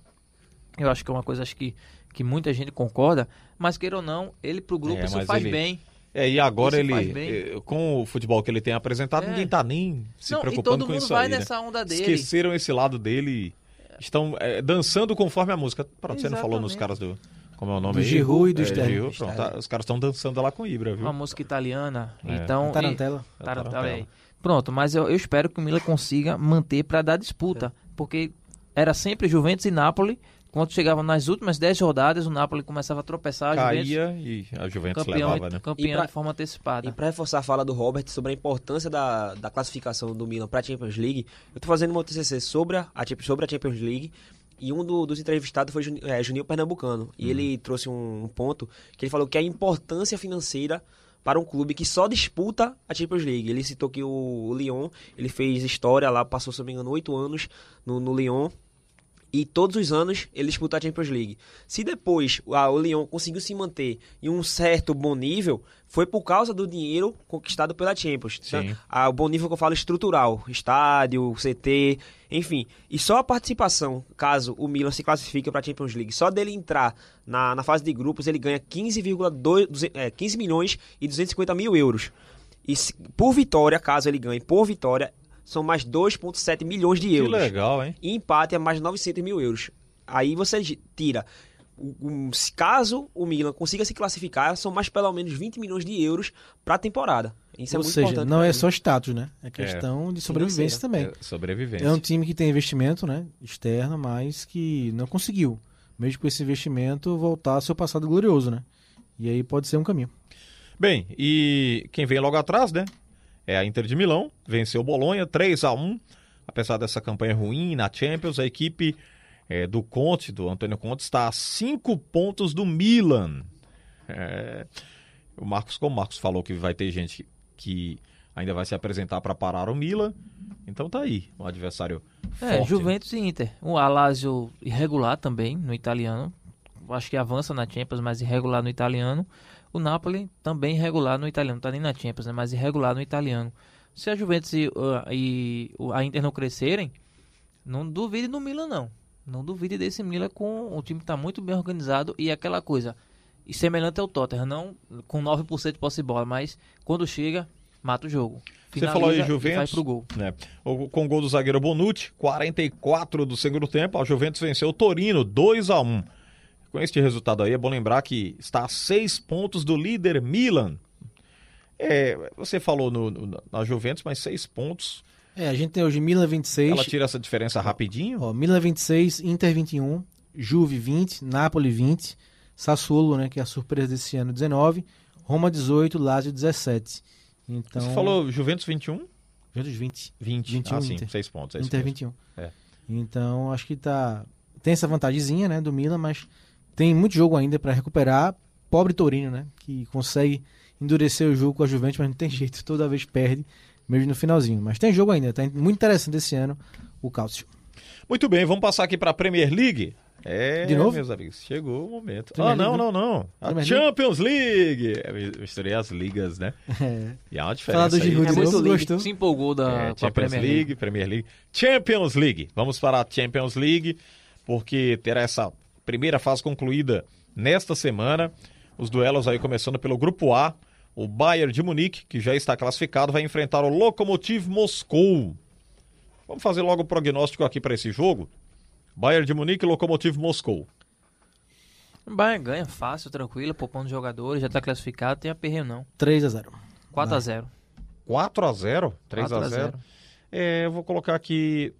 S6: eu acho que é uma coisa acho que, que muita gente concorda, mas queira ou não, ele pro grupo
S4: É,
S6: isso
S4: mas
S6: faz
S4: ele-
S6: bem.
S4: É, e agora
S6: Isso
S4: ele.
S6: faz bem.
S4: eh, Com o futebol que ele tem apresentado,
S6: É.
S4: ninguém tá nem se
S6: não, e
S4: preocupando
S6: todo
S4: com
S6: mundo
S4: isso
S6: vai
S4: aí. né?
S6: nessa onda dele.
S4: Esqueceram esse lado dele. Estão eh, dançando conforme a música. Pronto, você não falou nos caras do. Como é o nome
S5: Do
S4: aí?
S5: Giroud e
S4: É,
S5: do Sterling.
S4: Giroud, pronto, tá, os caras estão dançando lá com o Ibra, viu?
S6: Uma música italiana.
S4: É.
S6: Então.
S5: Tá
S6: e-
S5: Tarantela.
S6: Tarantela,
S4: Tarantela.
S6: é. Pronto, mas eu, eu espero que o Milan consiga manter para dar disputa,
S4: É.
S6: porque era sempre Juventus e Napoli. Quando chegavam nas últimas 10 rodadas, o Napoli começava a tropeçar, a Juventus
S4: Caía e a Juventus
S6: campeão,
S4: levava, né?
S6: campeão
S7: E pra-
S6: de forma antecipada.
S7: E para reforçar a fala do Robert sobre a importância da, da classificação do Milan para a Champions League, eu tô fazendo meu TCC sobre a, a Champ- sobre a Champions League e um do- dos entrevistados foi Juni, é, Juninho Pernambucano. E ele trouxe um, um ponto que ele falou que a importância financeira para um clube que só disputa a Champions League. Ele citou que o, o Lyon, ele fez história lá, passou, se não me engano, oito anos no, no Lyon, e todos os anos ele disputa a Champions League. Se depois a- o Lyon conseguiu se manter em um certo bom nível, foi por causa do dinheiro conquistado pela Champions.
S4: Sim.
S7: Tá? Ah, o bom nível que eu falo estrutural, estádio, CT, enfim. E só a participação, caso o Milan se classifique para a Champions League, só dele entrar na, na fase de grupos, ele ganha 15,2 duze- é, 15 milhões e 250 mil euros. E se- por vitória, caso ele ganhe por vitória, são mais 2,7 milhões de
S4: Que
S7: euros
S4: legal, hein?
S7: e empate é mais 900 mil euros. Aí você gi- tira. o- o- se caso o Milan consiga se classificar, são mais pelo menos 20 milhões de euros para a temporada. Isso é
S5: Ou
S7: muito
S5: seja,
S7: importante.
S5: não
S7: pra
S5: é
S7: mim.
S5: só status, né? É questão de sobrevivência também.
S4: É, sobrevivência.
S5: É um time que tem investimento, né? Externo, mas que não conseguiu, mesmo com esse investimento, voltar ao seu passado glorioso, né? E aí pode ser um caminho.
S4: Bem, e quem vem logo atrás, né? É a Inter de Milão, venceu o Bolonha 3 a 1 Apesar dessa campanha ruim na Champions, a equipe eh, do Conte, do Antônio Conte, está a 5 pontos do Milan. É, o Marcos, como o Marcos falou que vai ter gente que ainda vai se apresentar para parar o Milan, então tá aí, um adversário
S6: É,
S4: forte. né?
S6: Juventus e Inter. O Alásio irregular também no italiano. Acho que avança na Champions, mas irregular no italiano. O Napoli também irregular no italiano. Não tá nem na Champions, né? Mas irregular no italiano. Se a Juventus e, ah, e o- a Inter não crescerem, não duvide do Milan, não. Não duvide desse Milan com. O time tá muito bem organizado e aquela coisa. E semelhante ao Tottenham, não com 9% de posse de bola, mas quando chega, mata o jogo.
S4: Você falou aí
S6: Finaliza e vai
S4: Juventus,
S6: pro gol.
S4: né? O com gol do zagueiro Bonucci, 44 do segundo tempo, a Juventus venceu o Torino 2 a 1. Com este resultado aí é bom lembrar que está a seis pontos do líder Milan. É, você falou no, no- na Juventus, mas seis pontos.
S5: É, a gente tem hoje Milan
S4: Ela
S5: 26,
S4: tira essa diferença rapidinho.
S5: ó, Milan 26, Inter 21, Juve 20, Napoli 20, Sassuolo, né, que é a surpresa desse ano 19, Roma 18, Lazio 17. Então,
S4: Você falou Juventus 21,
S5: Juventus 20.
S4: 20.
S5: 21
S4: ah, sim,
S5: Inter.
S4: seis pontos. é isso
S5: Inter
S4: mesmo.
S5: 21.
S4: É.
S5: Então, acho que tá. Tem essa vantagemzinha, né, do Milan, mas tem muito jogo ainda pra recuperar. Pobre Torino, né, que consegue endurecer o jogo com a Juventus, mas não tem jeito, toda vez perde, mesmo no finalzinho. Mas tem jogo ainda, tá muito interessante esse ano o Cálcio.
S4: Muito bem, vamos passar aqui para a Premier League. É,
S5: De novo?
S4: meus amigos, chegou o momento.
S5: Premier
S4: ah, não,
S5: League,
S4: não, não. A
S5: Premier League?
S4: Champions League. Eu Misturei as ligas, né?
S5: É.
S4: E há uma diferença
S5: Falar do
S4: aí.
S5: Giroud
S6: É
S5: de
S6: muito
S5: novo,
S6: lindo.
S4: Então?
S5: gostou?
S6: Se empolgou da,
S4: É,
S6: Ah, com a
S4: Champions
S6: Premier
S4: League, Premier League. Champions League. Vamos para a Champions League, porque terá essa primeira fase concluída nesta semana. Os duelos aí começando pelo grupo A. O Bayern de Munique, que já está classificado, vai enfrentar o Lokomotiv Moscou. Vamos fazer logo o prognóstico aqui para esse jogo. Bayern de Munique e Lokomotiv Moscou.
S6: O Bayern ganha fácil, tranquilo, poupando jogadores, já tá classificado, tem aperreio não.
S5: 3 a 0 é?
S6: 4 a 0
S4: 4 a 0 3
S6: 4
S4: a 0 É, eu vou colocar aqui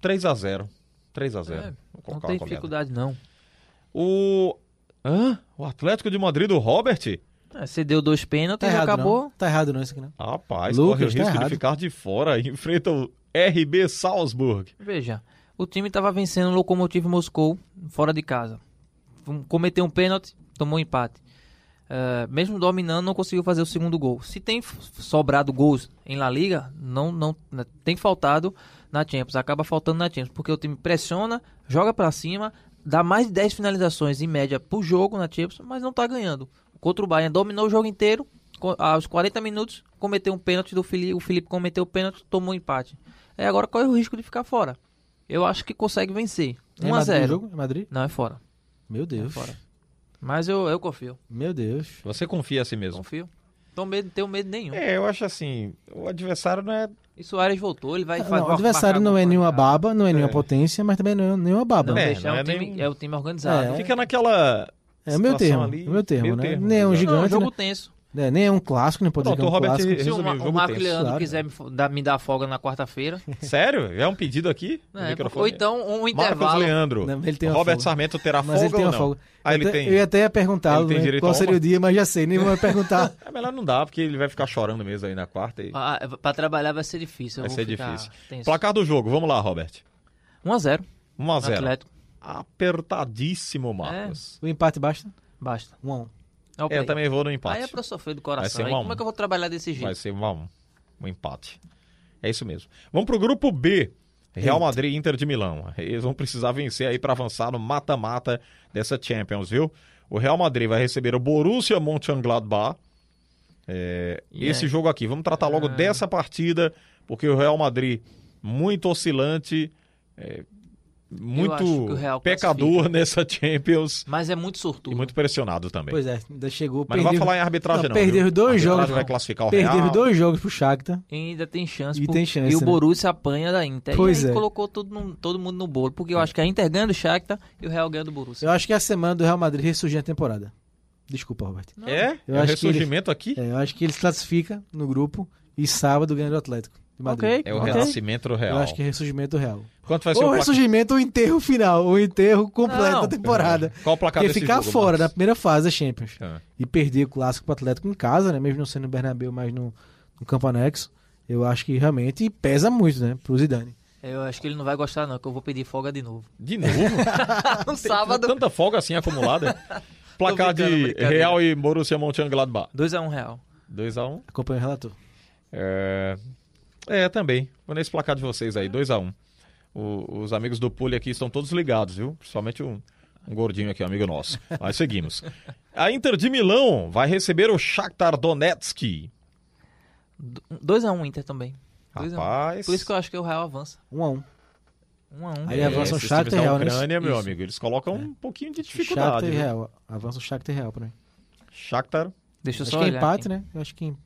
S4: 3 a 0 3 a 0
S6: É,
S4: Vou
S6: Não
S4: colocar
S6: tem
S4: uma colhada.
S6: dificuldade não.
S4: O. Hã? O Atlético de Madrid do Robert?
S6: É, Você deu dois pênaltis,
S5: errado,
S6: acabou.
S5: Não. Tá errado não isso aqui, não.
S4: Rapaz,
S5: Lucas,
S4: corre o
S5: tá
S4: risco de
S5: errado.
S4: ficar de fora. e Enfrenta o RB Salzburg.
S6: Veja, o time tava vencendo o Lokomotiv Moscou fora de casa. Um- Cometeu um pênalti, tomou um empate. Eh, mesmo dominando, não conseguiu fazer o segundo gol. Se tem f- sobrado gols em La Liga, não, não né, tem faltado na Champions. Acaba faltando na Champions, porque o time pressiona, joga pra cima, dá mais de 10 finalizações em média por jogo na Champions, mas não tá ganhando. Contra o Bayern, dominou o jogo inteiro, co- aos 40 minutos, cometeu um pênalti do Felipe, o Felipe cometeu o pênalti, tomou um empate. É, agora corre o risco de ficar fora. Eu acho que consegue vencer.
S4: Um
S5: É em Madrid o
S6: 1x0.
S5: jogo? É em Madrid?
S6: Não, é fora.
S5: Meu
S4: Tá
S5: Deus.
S6: fora. Mas eu, eu confio.
S5: Meu Deus.
S4: Você confia assim mesmo?
S6: Confio. Tô medo, tenho medo nenhum.
S4: É, eu acho assim. O adversário não é.
S6: E Soares voltou, ele vai fazer.
S5: Não, o adversário não é nenhuma baba, não é nenhuma potência, mas também não é nenhuma baba.
S6: Não,
S4: É,
S6: é, deixa,
S4: não
S6: é,
S4: é
S6: um time,
S4: nem-
S6: é o time organizado.
S5: É.
S4: Fica naquela.
S5: É o meu
S4: situação
S5: termo,
S4: ali,
S5: o meu termo,
S4: meio
S5: né?
S4: termo,
S5: Nem é um
S4: exato.
S6: Não, é um
S5: gigante,
S6: jogo
S5: né?
S6: tenso.
S5: É, nem é um clássico, não pode
S4: Pronto,
S5: dizer que é
S4: o
S5: um
S4: Robert
S5: clássico.
S6: Se o, Ma-
S4: Resumiu, jogo
S6: o Marco
S4: tenso.
S6: Leandro
S5: Claro.
S6: quiser me, fo- dar- me dar folga na quarta-feira,
S4: Sério? É um pedido aqui? no
S6: né,
S4: microfone?
S6: ou então um
S4: Marcos
S6: intervalo.
S4: Leandro.
S5: Não, ele tem uma
S4: Robert
S5: folga.
S4: Sarmento terá
S5: Mas
S4: folga
S5: ele tem
S4: ou
S5: uma
S4: não?
S5: folga.
S4: Ah, ele
S5: eu, te-
S4: tem.
S5: eu ia até perguntar né,
S4: Ele tem direito a um, né?
S5: qual
S4: uma?
S5: seria o dia, mas já sei, nem vou perguntar.
S4: É melhor não dar, porque ele vai ficar chorando mesmo aí na quarta. E...
S6: Ah, é, pra trabalhar vai ser difícil. eu
S4: vai
S6: vou
S4: ser
S6: ficar
S4: difícil.
S6: tenso.
S4: Placar um do jogo, vamos lá, Robert.
S6: 1x0.
S4: 1x0.
S6: Atlético.
S4: Apertadíssimo, Marcos.
S5: O empate basta?
S6: Basta.
S5: Um a um.
S4: É,
S6: É o
S4: eu
S6: play.
S4: também vou no
S6: Aí
S4: empate.
S6: é pra sofrer do
S4: Vai ser
S6: coração. Aí
S4: um a um.
S6: como é que eu vou trabalhar desse jeito?
S4: Vai ser um, a um, um empate. É isso mesmo. Vamos pro grupo B. Real Madrid e Inter de Milão. Eles vão precisar vencer aí para avançar no mata-mata dessa Champions, viu? O Real Madrid vai receber o Borussia Mönchengladbach. É,
S6: E
S4: Esse
S6: aí?
S4: jogo aqui, vamos tratar logo dessa partida, porque o Real Madrid muito oscilante, é,
S6: acho
S4: muito
S6: que o Real
S4: pecador nessa Champions
S6: Mas é muito
S4: e
S6: sortudo.
S4: muito pressionado também.
S5: Pois é, ainda chegou.
S4: Mas não vai falar em arbitragem não,
S5: Perdeu
S4: viu?
S5: os dois
S4: Arbitragem
S5: jogos.
S4: vai classificar o
S5: perdeu
S4: Real.
S5: os dois jogos pro Shakhtar.
S6: E ainda tem chance.
S5: E
S6: por-
S5: tem chance,
S6: E o
S5: né?
S6: Borussia apanha da Inter.
S5: Pois
S6: e aí
S5: é.
S6: colocou todo, num- todo mundo no bolo. Porque eu acho que a Inter ganha do Shakhtar e o Real ganha do Borussia.
S5: Eu acho que é a semana do Real Madrid ressurgir a temporada. Desculpa, Robert.
S4: É?
S5: Eu
S4: é o
S5: acho que ele-
S4: ressurgimento aqui?
S5: É, eu acho que ele se classifica no grupo e sábado ganha do Atlético. de Madrid.
S4: É, o
S6: Ok.
S4: renascimento real.
S5: Eu acho que é ressurgimento real.
S4: Quanto vai ser
S5: Ou
S4: o placar?
S5: ressurgimento ou enterro final, ou enterro completo
S6: Não.
S5: da temporada.
S4: Qual o placar
S5: Porque
S4: desse
S5: ficar
S4: É. jogo,
S5: fora da
S4: Marcos?
S5: primeira fase da Champions
S4: Ah.
S5: e perder o clássico pro Atlético em casa, né? Mesmo não sendo no Bernabéu, mas no, no Campo Anexo, eu acho que realmente pesa muito, né? Pro Zidane.
S6: Eu acho que ele não vai gostar, não, que eu vou pedir folga de novo.
S4: De novo?
S6: No
S4: Tem
S6: sábado.
S4: Tanta folga assim acumulada. Placar
S6: Tô brincando,
S4: de
S6: brincadeira.
S4: Real e Borussia Mönchengladbach.
S6: 2x1 real.
S4: 2x1.
S5: Acompanha o relator.
S4: É, é, também. Vou nesse placar de vocês aí, 2x1. Os amigos do Pule aqui estão todos ligados, viu? Principalmente um, um gordinho aqui, um amigo nosso. Mas seguimos. A Inter de Milão vai receber o Shakhtar Donetsk.
S6: 2x1 Inter também. 2 a 1.
S4: Rapaz.
S6: Por isso que eu acho que o Real avança.
S5: Um a um.
S6: 1x1.
S5: Aí avança o
S4: esses
S5: Shakhtar
S4: times da
S5: e Real, né?
S4: Ucrânia, meu
S5: Isso.
S4: amigo, eles colocam
S6: É.
S4: um pouquinho de dificuldade.
S5: Shakhtar e
S4: viu?
S5: Real. Avança o Shakhtar e Real pra mim.
S4: Shakhtar.
S6: Deixa eu
S5: Acho
S6: só
S5: que é
S6: olhar
S5: empate,
S6: aqui.
S5: né? Eu acho que em-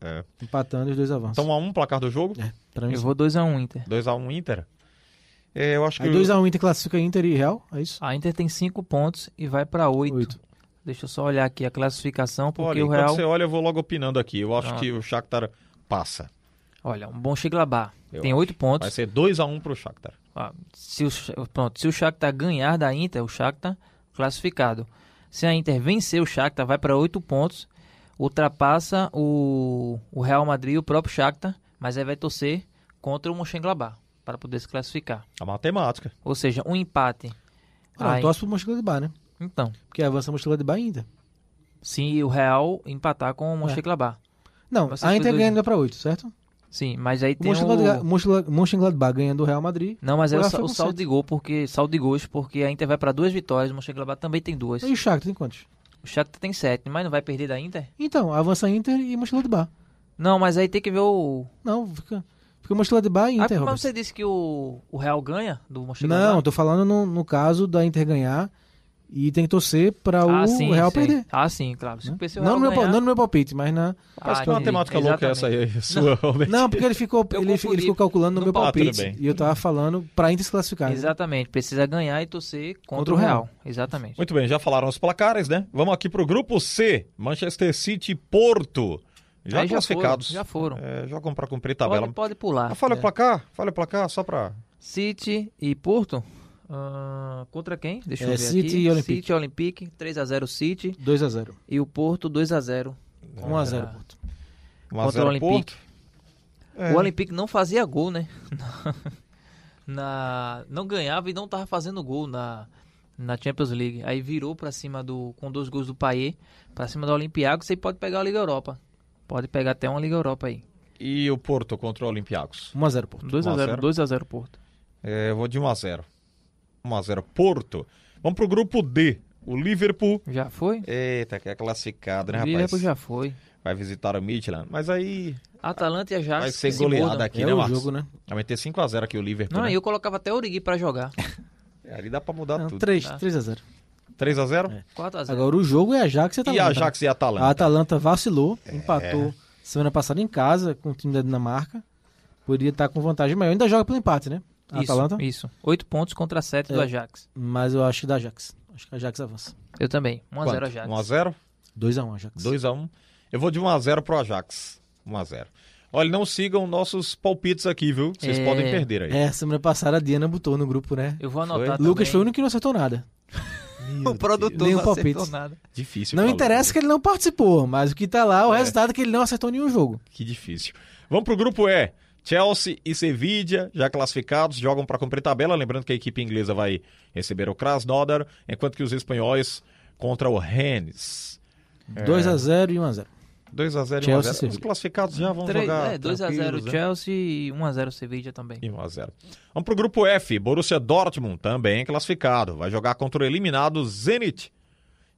S4: É.
S5: empatando os dois avançam.
S4: Então, a um placar do jogo.
S5: é, pra mim,
S6: Eu
S5: sim.
S6: vou 2x1 Inter.
S4: 2x1 Inter. É, eu acho que.
S5: Aí 2x1 Inter classifica Inter e Real, é isso?
S6: A Inter tem 5 pontos e vai pra 8.
S5: Oito.
S6: Deixa eu só olhar aqui a classificação, um, porque
S4: Olha,
S6: o
S4: enquanto
S6: Real.
S4: você olha, eu vou logo opinando aqui. Eu acho
S6: Pronto.
S4: que o Shakhtar passa.
S6: Olha, um bom Chiglabar.
S4: Eu
S6: Tem 8 pontos.
S4: Vai ser 2x1 pro Shakhtar.
S6: Ah, se o, pronto, se o Shakhtar ganhar da Inter, o Shakhtar classificado. Se a Inter vencer o Shakhtar, vai para 8 pontos, ultrapassa o, o Real Madrid e o próprio Shakhtar, mas aí vai torcer contra o Mönchengladbach para poder se classificar.
S4: A É matemática.
S6: Ou seja, um empate.
S5: Ah,
S6: Ai,
S5: não, torce pro Mönchengladbach, né?
S6: Então,
S5: Porque avança o Mönchengladbach ainda.
S6: se o Real empatar com
S5: É.
S6: o Mönchengladbach.
S5: Não,
S6: Vocês
S5: a Inter
S6: dois-
S5: ganha ainda pra 8, certo?
S6: Sim, mas aí
S5: O
S6: tem
S5: Mönchengladbach,
S6: o...
S5: Mönchengladbach- Mönchengladbach ganhando o Real Madrid.
S6: Não, mas é o,
S5: Agora
S6: sa-
S5: foi
S6: o
S5: com
S6: saldo
S5: sete.
S6: de gol, porque saldo de gols, porque a Inter vai para duas vitórias, o Mönchengladbach também tem duas.
S5: E o Shakhtar tem quantos?
S6: O Shakhtar tem sete, mas não vai perder da Inter?
S5: Então, avança Inter e Mönchengladbach.
S6: Não, mas aí tem que ver o.
S5: Não, fica, fica Mönchengladbach e
S6: Ah,
S5: Inter,
S6: mas
S5: Robert.
S6: você disse que o, o Real ganha do Mönchengladbach?
S5: Não, tô falando no, no caso da Inter ganhar e tem que torcer pra
S6: ah,
S5: o
S6: sim,
S5: Real
S6: sim.
S5: perder. Né?
S6: Ah, sim, claro. Se o PC
S5: Não no, meu,
S6: Real
S5: pa-
S6: ganhar...
S5: não no meu palpite, mas na.
S4: Parece
S6: Ah,
S4: que é uma
S6: entendi.
S4: temática louca essa aí, sua, Roberto.
S5: Não, porque ele ficou,
S6: Eu
S5: ele, ele
S6: confundi.
S5: ficou calculando no
S6: Não tá,
S5: meu
S6: pode.
S5: palpite.
S4: Ah, tudo bem.
S5: e eu tava falando pra Inter se classificar. né?
S6: Exatamente, precisa ganhar e torcer contra,
S5: Contra
S6: o
S5: o
S6: Real.
S5: Real.
S6: Exatamente.
S4: Muito bem, já falaram os placares, né? Vamos aqui pro grupo C, Manchester City e Porto. Já
S6: Aí
S4: classificados.
S6: Já foram. Já foram.
S4: É, jogam pra cumprir tabela.
S6: Pode, pode pular.
S4: Ah, fala o
S6: É.
S4: placar, fala o placar, só pra...
S6: City e Porto. Ah, contra quem? Deixa eu
S5: É,
S6: ver
S5: City
S6: aqui.
S5: e Olympique.
S6: City e Olympique, 3x0 City
S5: 2x0.
S6: e o Porto 2x0
S5: 1x0, Porto.
S4: 1 a
S6: contra
S4: 0
S6: o Olympique.
S4: Porto.
S5: É.
S6: O Olympique não fazia gol, né? Na, não ganhava e não tava fazendo gol na, na Champions League. Aí virou pra cima do com dois gols do Payet, pra cima do Olympiacos, você pode pegar a Liga Europa. Pode pegar até uma Liga Europa aí.
S4: E o Porto contra o Olympiacos.
S5: 1x0,
S4: Tipo,
S5: Porto.
S6: 2 a 0,
S4: 1x0.
S6: 2 a 0 Porto.
S4: É, eu vou de 1 a 0 1 a 0 Porto. Vamos pro grupo D, o Liverpool.
S6: Já foi?
S4: Eita, que é classificado, né,
S6: O
S4: rapaz?
S6: Liverpool já foi.
S4: Vai visitar o Midland, mas aí
S6: Atalanta e Ajax
S4: vai ser
S6: se
S4: goleada
S6: mudam.
S4: aqui,
S5: é
S4: né,
S5: o
S4: Marcos?
S5: jogo, né?
S4: Vai meter 5x0 aqui o Liverpool,
S6: Não,
S4: né?
S6: eu colocava até o Origi pra jogar.
S4: É, Ali dá pra mudar
S5: Não,
S4: tudo.
S5: 3,
S6: tá?
S5: 3 a 0.
S4: 3 a 0
S6: 4 a 0.
S5: Agora o jogo é Ajax
S4: E
S5: e Atalanta.
S4: a Ajax e a Atalanta?
S6: Ah,
S5: A
S6: tá. Um
S5: Atalanta vacilou, empatou semana passada em casa com o time da Dinamarca. Poderia estar com vantagem maior. Ainda joga pelo empate, né? A
S6: isso,
S5: Atalanta.
S6: isso. 8 pontos contra 7 do
S5: É.
S6: Ajax.
S5: Mas eu acho que é da Ajax. Acho que a Ajax avança.
S6: Eu também. 1 a 0 Ajax.
S4: 1x0?
S5: 2x1 Ajax.
S4: 2x1. Eu vou de 1x0 pro Ajax. 1x0. Olha, não sigam nossos palpites aqui, viu? Vocês
S6: É.
S4: podem perder aí.
S5: É, semana passada a Diana botou no grupo, né?
S6: Eu vou anotar também.
S5: Lucas foi o único que não acertou nada.
S6: o produtor
S5: Nem o
S6: não acertou
S5: palpite.
S6: nada.
S4: Difícil.
S5: Não
S4: Paulo.
S5: interessa que ele não participou, mas o que tá lá, o resultado é que ele não acertou nenhum jogo.
S4: Que difícil. Vamos pro grupo E. Chelsea e Sevilla, já classificados, jogam para cumprir tabela. Lembrando que a equipe inglesa vai receber o Krasnodar, enquanto que os espanhóis contra o Rennes.
S5: 2x0 e 1x0.
S4: 2x0 e
S5: Chelsea e
S4: 1x0. Os
S5: Sevilla.
S4: classificados já vão
S6: Três-
S4: jogar.
S6: é, 2x0
S4: tranquilos, né?
S6: Chelsea e 1x0 Sevilla também.
S4: E 1 a 0. Vamos pro grupo F. Borussia Dortmund também classificado. Vai jogar contra o eliminado Zenit.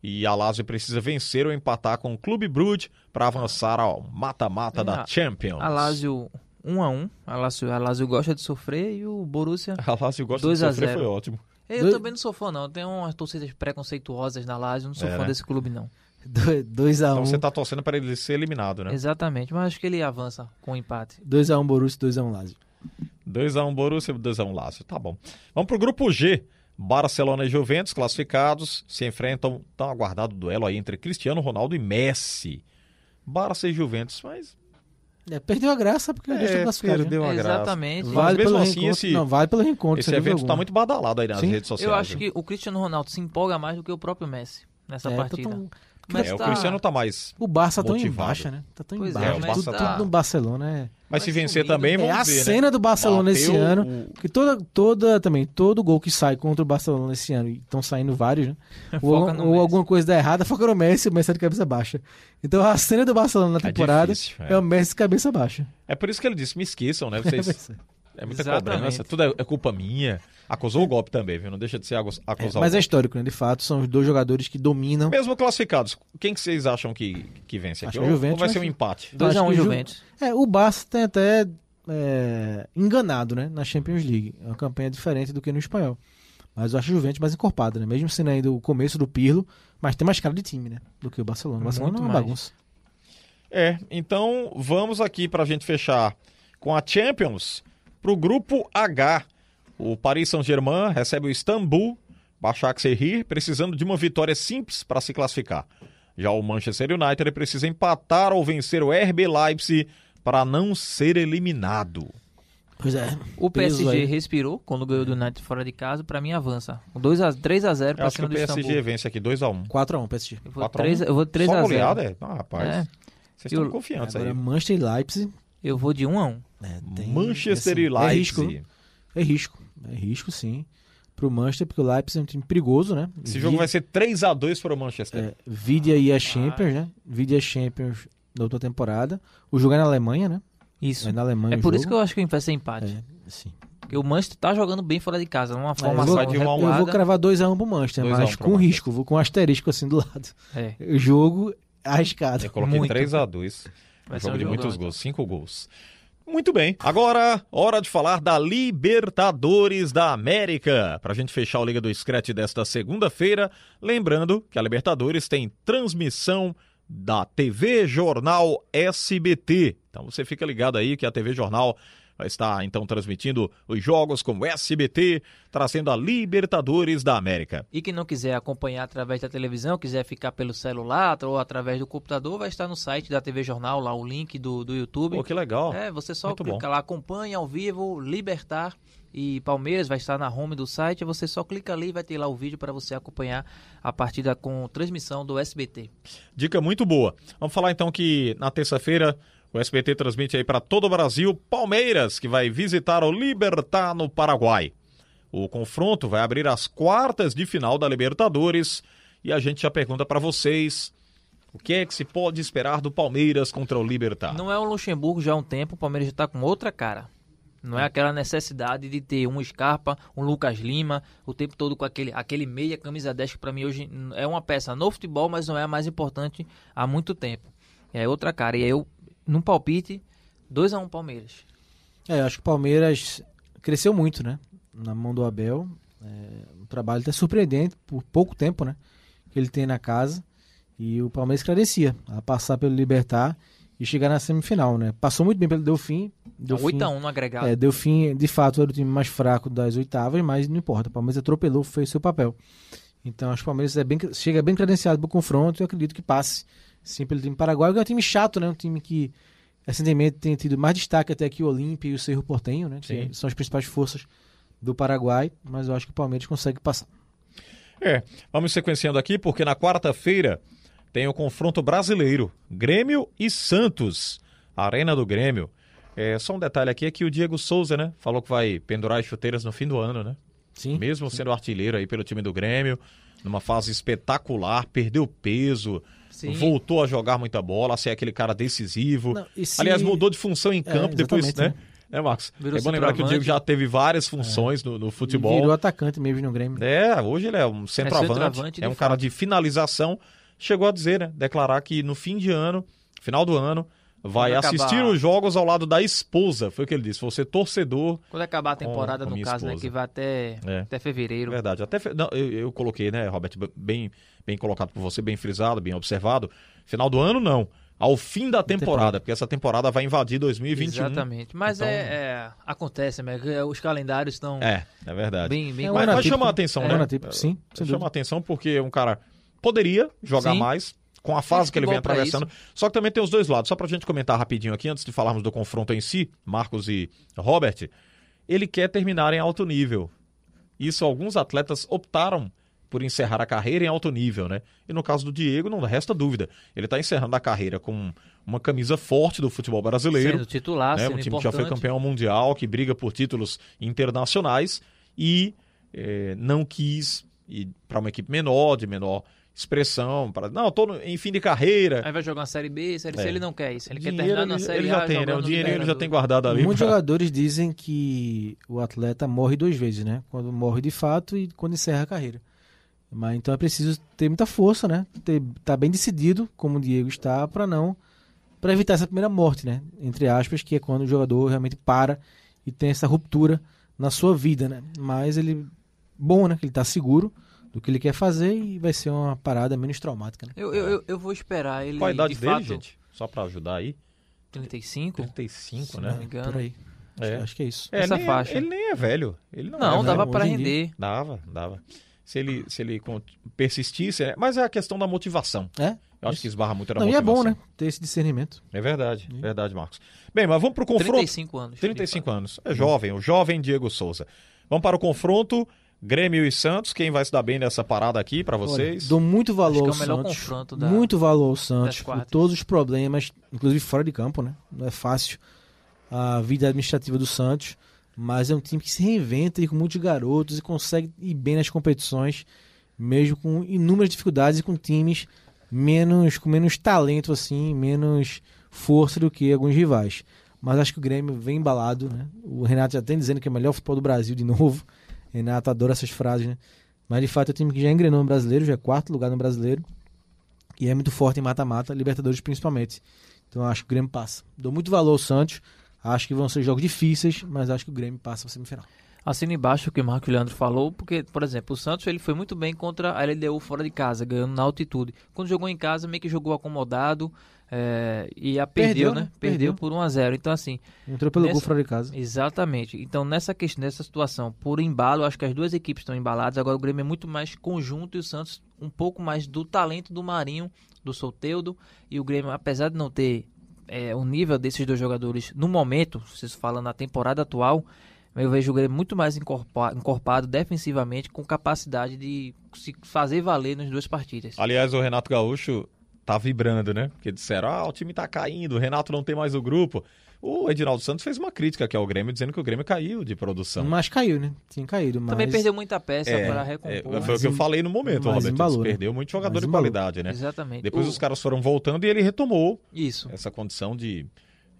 S4: E a Lazio precisa vencer ou empatar com o Clube Brugge para avançar ao mata-mata
S6: É,
S4: da
S6: a-
S4: Champions.
S6: A Lazio 1x1. A Lazio, a Lazio gosta de sofrer e o Borussia...
S4: A Lazio gosta
S6: 2
S4: de
S6: a
S4: sofrer,
S6: 0.
S4: foi ótimo.
S6: Eu
S5: Dois-
S6: também não sou fã, não. Tem umas torcidas preconceituosas na Lazio. Não sou
S4: É,
S6: fã
S4: né?
S6: desse clube, não.
S4: Então você
S5: 2x1.
S4: tá torcendo para ele ser eliminado, né?
S6: Exatamente. Mas acho que ele avança com empate.
S5: 2x1 Borussia, 2x1 Lazio.
S4: 2x1 Borussia, 2x1 Lazio. Tá bom. Vamos pro grupo G. Barcelona e Juventus, classificados, se enfrentam. Tão aguardado o duelo aí entre Cristiano Ronaldo e Messi. Barça e Juventus, mas.
S5: É, perdeu a graça porque os dois estão
S4: é,
S5: classificados. né?
S4: perdeu a graça.
S6: Exatamente.
S4: Mas
S5: Vale
S4: mesmo
S5: pelo
S4: assim,
S5: reencontro.
S4: esse,
S5: Não, vale pelo reencontro.
S4: esse
S5: sem dúvida
S4: evento está
S5: alguma.
S4: muito badalado aí nas
S5: né? Sim.
S4: redes sociais.
S6: Eu acho
S4: viu?
S6: que o Cristiano Ronaldo se empolga mais do que o próprio Messi nessa
S5: É, tá
S6: partida.
S5: tão-
S6: Mas
S4: É, o
S6: tá-
S4: Cristiano tá mais.
S5: O Barça tá tão em
S4: Motivado.
S5: baixa, né? Tá tão em
S6: Pois é,
S5: baixa.
S4: o Barça
S5: tudo,
S4: tá-
S5: tudo no Barcelona é.
S4: Mas se
S6: mais
S4: vencer
S6: sumido,
S4: também,
S6: né?
S4: vamos
S5: é a
S4: ver, né?
S5: cena do Barcelona
S4: Bateu
S5: esse ano.
S4: o-
S5: Porque toda, toda também, todo gol que sai contra o Barcelona esse ano, e estão saindo vários, né? ou
S6: Foca no
S5: ou
S6: Messi.
S5: alguma coisa dá errada, foca no Messi e o Messi tá de cabeça baixa. Então a cena do Barcelona na
S4: É
S5: temporada é,
S4: difícil, é.
S5: o Messi de cabeça baixa.
S4: É por isso que ele disse: me esqueçam, né? Vocês. É muita
S6: Exatamente.
S4: cobrança, tudo é, é culpa minha. Acusou o golpe também, viu? Não deixa de ser acus-
S5: É,
S4: acusar o
S5: mas é
S4: golpe.
S5: histórico, né? De fato, são os dois jogadores que dominam.
S4: Mesmo classificados, quem que vocês acham que, que vence aqui?
S5: Acho que
S4: Ou-
S5: Juventus,
S4: ou vai ser um
S5: mas-
S4: empate?
S5: Eu acho
S6: 2x1
S5: que o Ju-
S6: Juventus.
S5: É, o Barça tem até é, enganado, né? Na Champions League. É uma campanha diferente do que no espanhol. Mas eu acho a Juventus mais encorpada, né? Mesmo sendo ainda o começo do Pirlo, mas tem mais cara de time, né? Do que o Barcelona. O Barcelona
S6: Muito
S5: é uma
S6: mais.
S5: bagunça.
S4: É, então vamos aqui pra gente fechar com a Champions pro grupo H. O Paris Saint-Germain recebe o Istambul, Başak Serrir, precisando de uma vitória simples para se classificar. Já o Manchester United precisa empatar ou vencer o RB Leipzig para não ser eliminado.
S5: Pois é.
S6: O
S5: peso
S6: PSG
S5: aí.
S6: respirou quando ganhou do United fora de casa. Pra mim, avança. 2 a, 3x0
S4: É. Eu
S5: Tá
S6: pra
S4: acho que
S6: cima
S4: o
S6: do
S4: PSG
S6: Istambul.
S4: vence aqui 2x1.
S5: 4x1 PSG.
S6: Eu vou 3 eu vou
S4: 4x1. Só
S6: 3x0.
S4: goleada? É? Ah, rapaz.
S6: É.
S4: Vocês
S6: E
S4: estão
S6: o-
S4: confiantes
S5: Agora
S4: aí.
S5: Manchester e Leipzig.
S6: Eu vou de 1x1.
S5: né, tem-
S4: Manchester
S5: assim,
S4: e Leipzig.
S5: É risco, é risco. É risco, sim. Pro Manchester, porque o Leipzig é um time perigoso, né?
S4: Esse jogo
S5: Vi-
S4: vai ser 3x2 para o Manchester.
S5: É, vide aí a Champions, né? Vide a Champions da outra temporada. O jogo é na Alemanha, né?
S6: Isso.
S5: É na Alemanha
S6: É
S5: o
S6: por
S5: jogo.
S6: isso que eu acho que vai ser empate.
S5: É, sim.
S6: Porque o Manchester tá jogando bem fora de casa. Uma
S5: É, eu
S6: formação
S5: vou,
S4: de um a um.
S5: eu vou
S6: recuada.
S5: cravar 2x1 pro Manchester,
S4: 2 a 1
S5: mas
S4: pro
S5: com
S4: Manchester.
S5: risco, vou com um asterisco assim do lado.
S6: É.
S5: O jogo é arriscado.
S4: Eu coloquei
S6: muito.
S4: 3x2.
S6: Vai ser
S4: jogo
S6: um
S4: de
S6: jogão,
S4: muitos
S6: então.
S4: gols, 5 gols. Muito bem. Agora, hora de falar da Libertadores da América. Para a gente fechar o Liga do Scratch desta segunda-feira, lembrando que a Libertadores tem transmissão da TV Jornal SBT. Então você fica ligado aí que a TV Jornal vai estar então transmitindo os jogos com o SBT, trazendo a Libertadores da América.
S6: E quem não quiser acompanhar através da televisão, quiser ficar pelo celular ou através do computador, vai estar no site da TV Jornal, lá o link do, do YouTube.
S4: Pô, que legal.
S6: É, você só
S4: Muito
S6: clica
S4: bom.
S6: lá, acompanha ao vivo, Libertar e Palmeiras, vai estar na home do site, você só clica ali e vai ter lá o vídeo para você acompanhar a partida com transmissão do SBT.
S4: Dica muito boa. Vamos falar então que na terça-feira o SBT transmite aí para todo o Brasil Palmeiras, que vai visitar o Libertar no Paraguai. O confronto vai abrir as quartas de final da Libertadores e a gente já pergunta para vocês o que é que se pode esperar do Palmeiras contra o Libertar.
S6: Não é o Luxemburgo já há um tempo, o Palmeiras já está com outra cara. Não é aquela necessidade de ter um Scarpa, um Lucas Lima, o tempo todo com aquele, aquele meia camisa 10, que para mim hoje n- é uma peça no futebol, mas não é a mais importante há muito tempo. É outra cara. E aí eu, num palpite, 2x1 Palmeiras.
S5: É, eu acho que o Palmeiras cresceu muito, né? Na mão do Abel. É, um trabalho até surpreendente por pouco tempo, né? Que ele tem na casa. E o Palmeiras credencia a passar pelo Libertar e chegar na semifinal, né? Passou muito bem pelo Delfim. Delfim
S6: 8x1 no agregado.
S5: É, Delfim, de fato, era o time mais fraco das oitavas, mas não importa. O Palmeiras atropelou, fez seu papel. Então, acho que o Palmeiras é bem, chega bem credenciado para o confronto e eu acredito que passe sim pelo time paraguaio, que é um time chato, né? Um time que recentemente tem tido mais destaque até que o Olímpia e o Cerro Portenho, né? Que
S4: Sim.
S5: são as principais forças do Paraguai, mas eu acho que o Palmeiras consegue passar.
S4: É, vamos sequenciando aqui, porque na quarta-feira tem o confronto brasileiro, Grêmio e Santos, Arena do Grêmio. É, só um detalhe aqui é que o Diego Souza, né, falou que vai pendurar as chuteiras no fim do ano, né?
S5: Sim.
S4: Mesmo sendo artilheiro aí pelo time do Grêmio, numa fase espetacular, perdeu peso,
S6: Sim.
S4: voltou a jogar muita bola, a ser aquele cara decisivo.
S5: Não, e se- É,
S4: Aliás, mudou de função em campo depois, né?
S5: exatamente,
S4: Né, Marcos?
S6: Virou
S4: é bom lembrar que o Diego
S6: centroavante.
S4: já teve várias funções no, no
S5: Ele
S4: futebol.
S5: É. Virou atacante mesmo no Grêmio.
S4: É, hoje ele é um centroavante, é,
S6: centroavante, de
S4: um cara de finalização. Chegou a dizer, né? Declarar que no fim de ano, final do ano, vai
S6: Quando
S4: assistir
S6: acabar-
S4: os jogos ao lado da esposa. Foi o que ele disse. Você é torcedor.
S6: Quando acabar a
S4: Com-
S6: temporada,
S4: com
S6: no
S4: minha
S6: caso, né,
S4: esposa.
S6: que vai até,
S4: É.
S6: até fevereiro.
S4: Verdade. Até fe- não, eu, eu coloquei, né, Robert? b- Bem, bem colocado por você, bem frisado, bem observado. Final do ano, não. ao fim da temporada, porque essa temporada vai invadir 2021.
S6: Exatamente. Mas
S4: Então-
S6: é, é- Acontece, né? Que Os calendários estão
S4: É, é verdade.
S6: bem, bem
S5: É um
S4: Mas,
S5: ano
S4: mas
S5: atípico.
S4: chama a atenção,
S5: É um
S4: né?
S5: ano atípico, sim, sem
S4: chama
S5: dúvida.
S4: a atenção porque um cara poderia jogar
S6: Sim.
S4: mais com a fase que ele vem
S6: futebol pra
S4: atravessando. Só que também tem os dois lados. Só pra gente comentar rapidinho aqui, antes de falarmos do confronto em si, Marcos e Robert, ele quer terminar em alto nível. Isso alguns atletas optaram por encerrar a carreira em alto nível, né? E no caso do Diego, não resta dúvida. Ele tá encerrando a carreira com uma camisa forte do futebol brasileiro
S6: sendo titular,
S4: né?
S6: sendo
S4: Um time que já
S6: Ah, é importante.
S4: foi campeão mundial, que briga por títulos internacionais e eh, não quis ir para uma equipe menor, de menor expressão, para não, tô no- em fim de carreira.
S6: Aí vai jogar uma Série B, Série C,
S4: É.
S6: ele não quer isso. Ele quer
S4: Dinheiro
S6: terminar na
S4: ele,
S6: Série
S4: ele
S6: A.
S4: já tem, né?
S6: jogando
S4: O
S6: no
S4: dinheiro ele já tem
S6: Libertadores.
S4: guardado ali.
S5: Muitos
S4: pra-
S5: jogadores dizem que o atleta morre duas vezes, né? Quando morre de fato e quando encerra a carreira. Mas então é preciso ter muita força, né? Ter, tá bem decidido, como o Diego está, para não para evitar essa primeira morte, né? Entre aspas, que é quando o jogador realmente para e tem essa ruptura na sua vida, né? Mas ele bom, né? Que ele tá seguro do que ele quer fazer e vai ser uma parada menos traumática, né?
S6: Eu, eu, eu- eu vou esperar ele.
S4: Qual a idade
S6: de
S4: dele,
S6: fato,
S4: gente? Só para ajudar aí.
S6: 35?
S4: 35,
S6: não
S4: né?
S6: me engano.
S5: Por aí.
S4: É.
S5: Acho, acho que é isso.
S4: É,
S6: Essa
S4: nem é-
S6: faixa.
S4: ele nem é velho. Ele não,
S6: Não,
S4: é
S6: dava
S4: velho.
S6: pra
S5: Hoje em dia-
S6: render.
S4: Dava, dava. Se ele, se ele con- persistisse, né? mas é a questão da motivação.
S5: É?
S4: Eu acho que esbarra muito na
S5: Não, e é
S4: motivação.
S5: bom, né? Ter esse discernimento.
S4: É verdade, verdade, Marcos. Bem, mas vamos para o confronto.
S6: 35 anos.
S4: 35 anos. É jovem, o jovem Diego Souza. Vamos para o confronto. Grêmio e Santos, quem vai se dar bem nessa parada aqui para vocês?
S5: Olha, dou muito valor
S6: Acho
S5: ao
S6: que é o melhor
S5: Santos.
S6: confronto da-
S5: muito valor ao Santos por
S6: quartas.
S5: todos os problemas, inclusive fora de campo, né? Não é fácil a vida administrativa do Santos, mas é um time que se reinventa e com muitos garotos e consegue ir bem nas competições, mesmo com inúmeras dificuldades e com times menos com menos talento assim, menos força do que alguns rivais. Mas acho que o Grêmio vem embalado, né? O Renato já tem dizendo que é o melhor futebol do Brasil de novo. Renato adora essas frases, né? Mas de fato é um time que já engrenou no brasileiro, já é quarto lugar no brasileiro. E é muito forte em mata-mata, Libertadores principalmente. Então eu acho que o Grêmio passa. Dou muito valor ao Santos. Acho que vão ser jogos difíceis, mas acho que o Grêmio passa para semifinal.
S6: Assina embaixo o que o Marco Leandro falou, porque, por exemplo, o Santos ele foi muito bem contra a LDU fora de casa, ganhando na altitude. Quando jogou em casa, meio que jogou acomodado é, e a perdeu,
S5: Perdeu,
S6: né?
S5: né?
S6: Perdeu
S5: Perdeu.
S6: por 1 a 0 Então, assim,
S5: Entrou pelo
S6: Nessa-
S5: gol fora de casa.
S6: Exatamente. Então, nessa questão, nessa situação, por embalo, acho que as duas equipes estão embaladas. Agora o Grêmio é muito mais conjunto e o Santos um pouco mais do talento do Marinho, do Solteudo. E o Grêmio, apesar de não ter é, o nível desses dois jogadores no momento, se isso falando na temporada atual, eu vejo o Grêmio muito mais encorpa- encorpado defensivamente, com capacidade de se fazer valer nas duas partidas.
S4: Aliás, o Renato Gaúcho tá vibrando, né? Porque disseram, ah, o time tá caindo, o Renato não tem mais o grupo. O Edinaldo Santos fez uma crítica aqui ao Grêmio, dizendo que o Grêmio caiu de produção.
S5: Mas caiu, né? Tinha caído, mas
S6: Então. Também perdeu muita peça
S4: É,
S6: para
S4: é,
S6: recompor.
S4: foi o que eu falei no momento,
S5: mas
S4: Roberto.
S5: embalou,
S4: Eles
S5: né?
S4: perdeu muito jogador
S5: Mas
S4: de
S5: embalou.
S4: qualidade, né?
S6: Exatamente.
S4: Depois
S6: O-
S4: os caras foram voltando e ele retomou
S6: Isso.
S4: essa condição de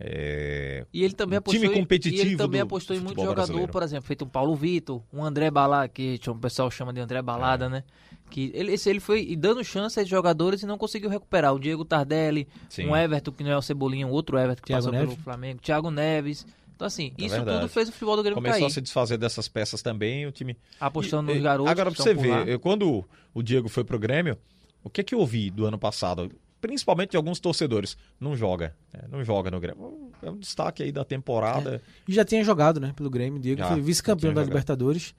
S4: é,
S6: E ele também
S4: Um
S6: apostou,
S4: time
S6: em-
S4: competitivo
S6: e ele também
S4: do-
S6: apostou
S4: do
S6: em muito
S4: futebol
S6: jogador,
S4: brasileiro.
S6: por exemplo, feito um Paulo Vitor, um André Balá, que o pessoal chama de André Balada,
S4: É.
S6: né? Que ele, esse, ele foi dando chance a esses jogadores e não conseguiu recuperar. O Diego Tardelli,
S4: Sim.
S6: um Everton que não é o Cebolinha, um outro Everton que
S5: Thiago
S6: passou
S5: Neves.
S6: pelo Flamengo, Thiago Neves. Então, assim,
S4: É
S6: isso
S4: verdade.
S6: tudo fez o futebol do Grêmio
S4: Começou a
S6: cair.
S4: se desfazer dessas peças também, o time
S6: Apostando
S4: E-
S6: nos
S4: e-
S6: garotos.
S4: Agora,
S6: que
S4: pra você
S6: estão por lá.
S4: ver, eu- quando o Diego foi pro Grêmio, o que que eu ouvi do ano passado? Principalmente de alguns torcedores. Não joga. né? não joga no Grêmio. É um destaque aí da temporada.
S6: É.
S5: E já tinha jogado, né? Pelo Grêmio. Diego
S4: Já,
S5: foi
S4: já tinha
S5: vice-campeão da
S4: jogado.
S5: Libertadores.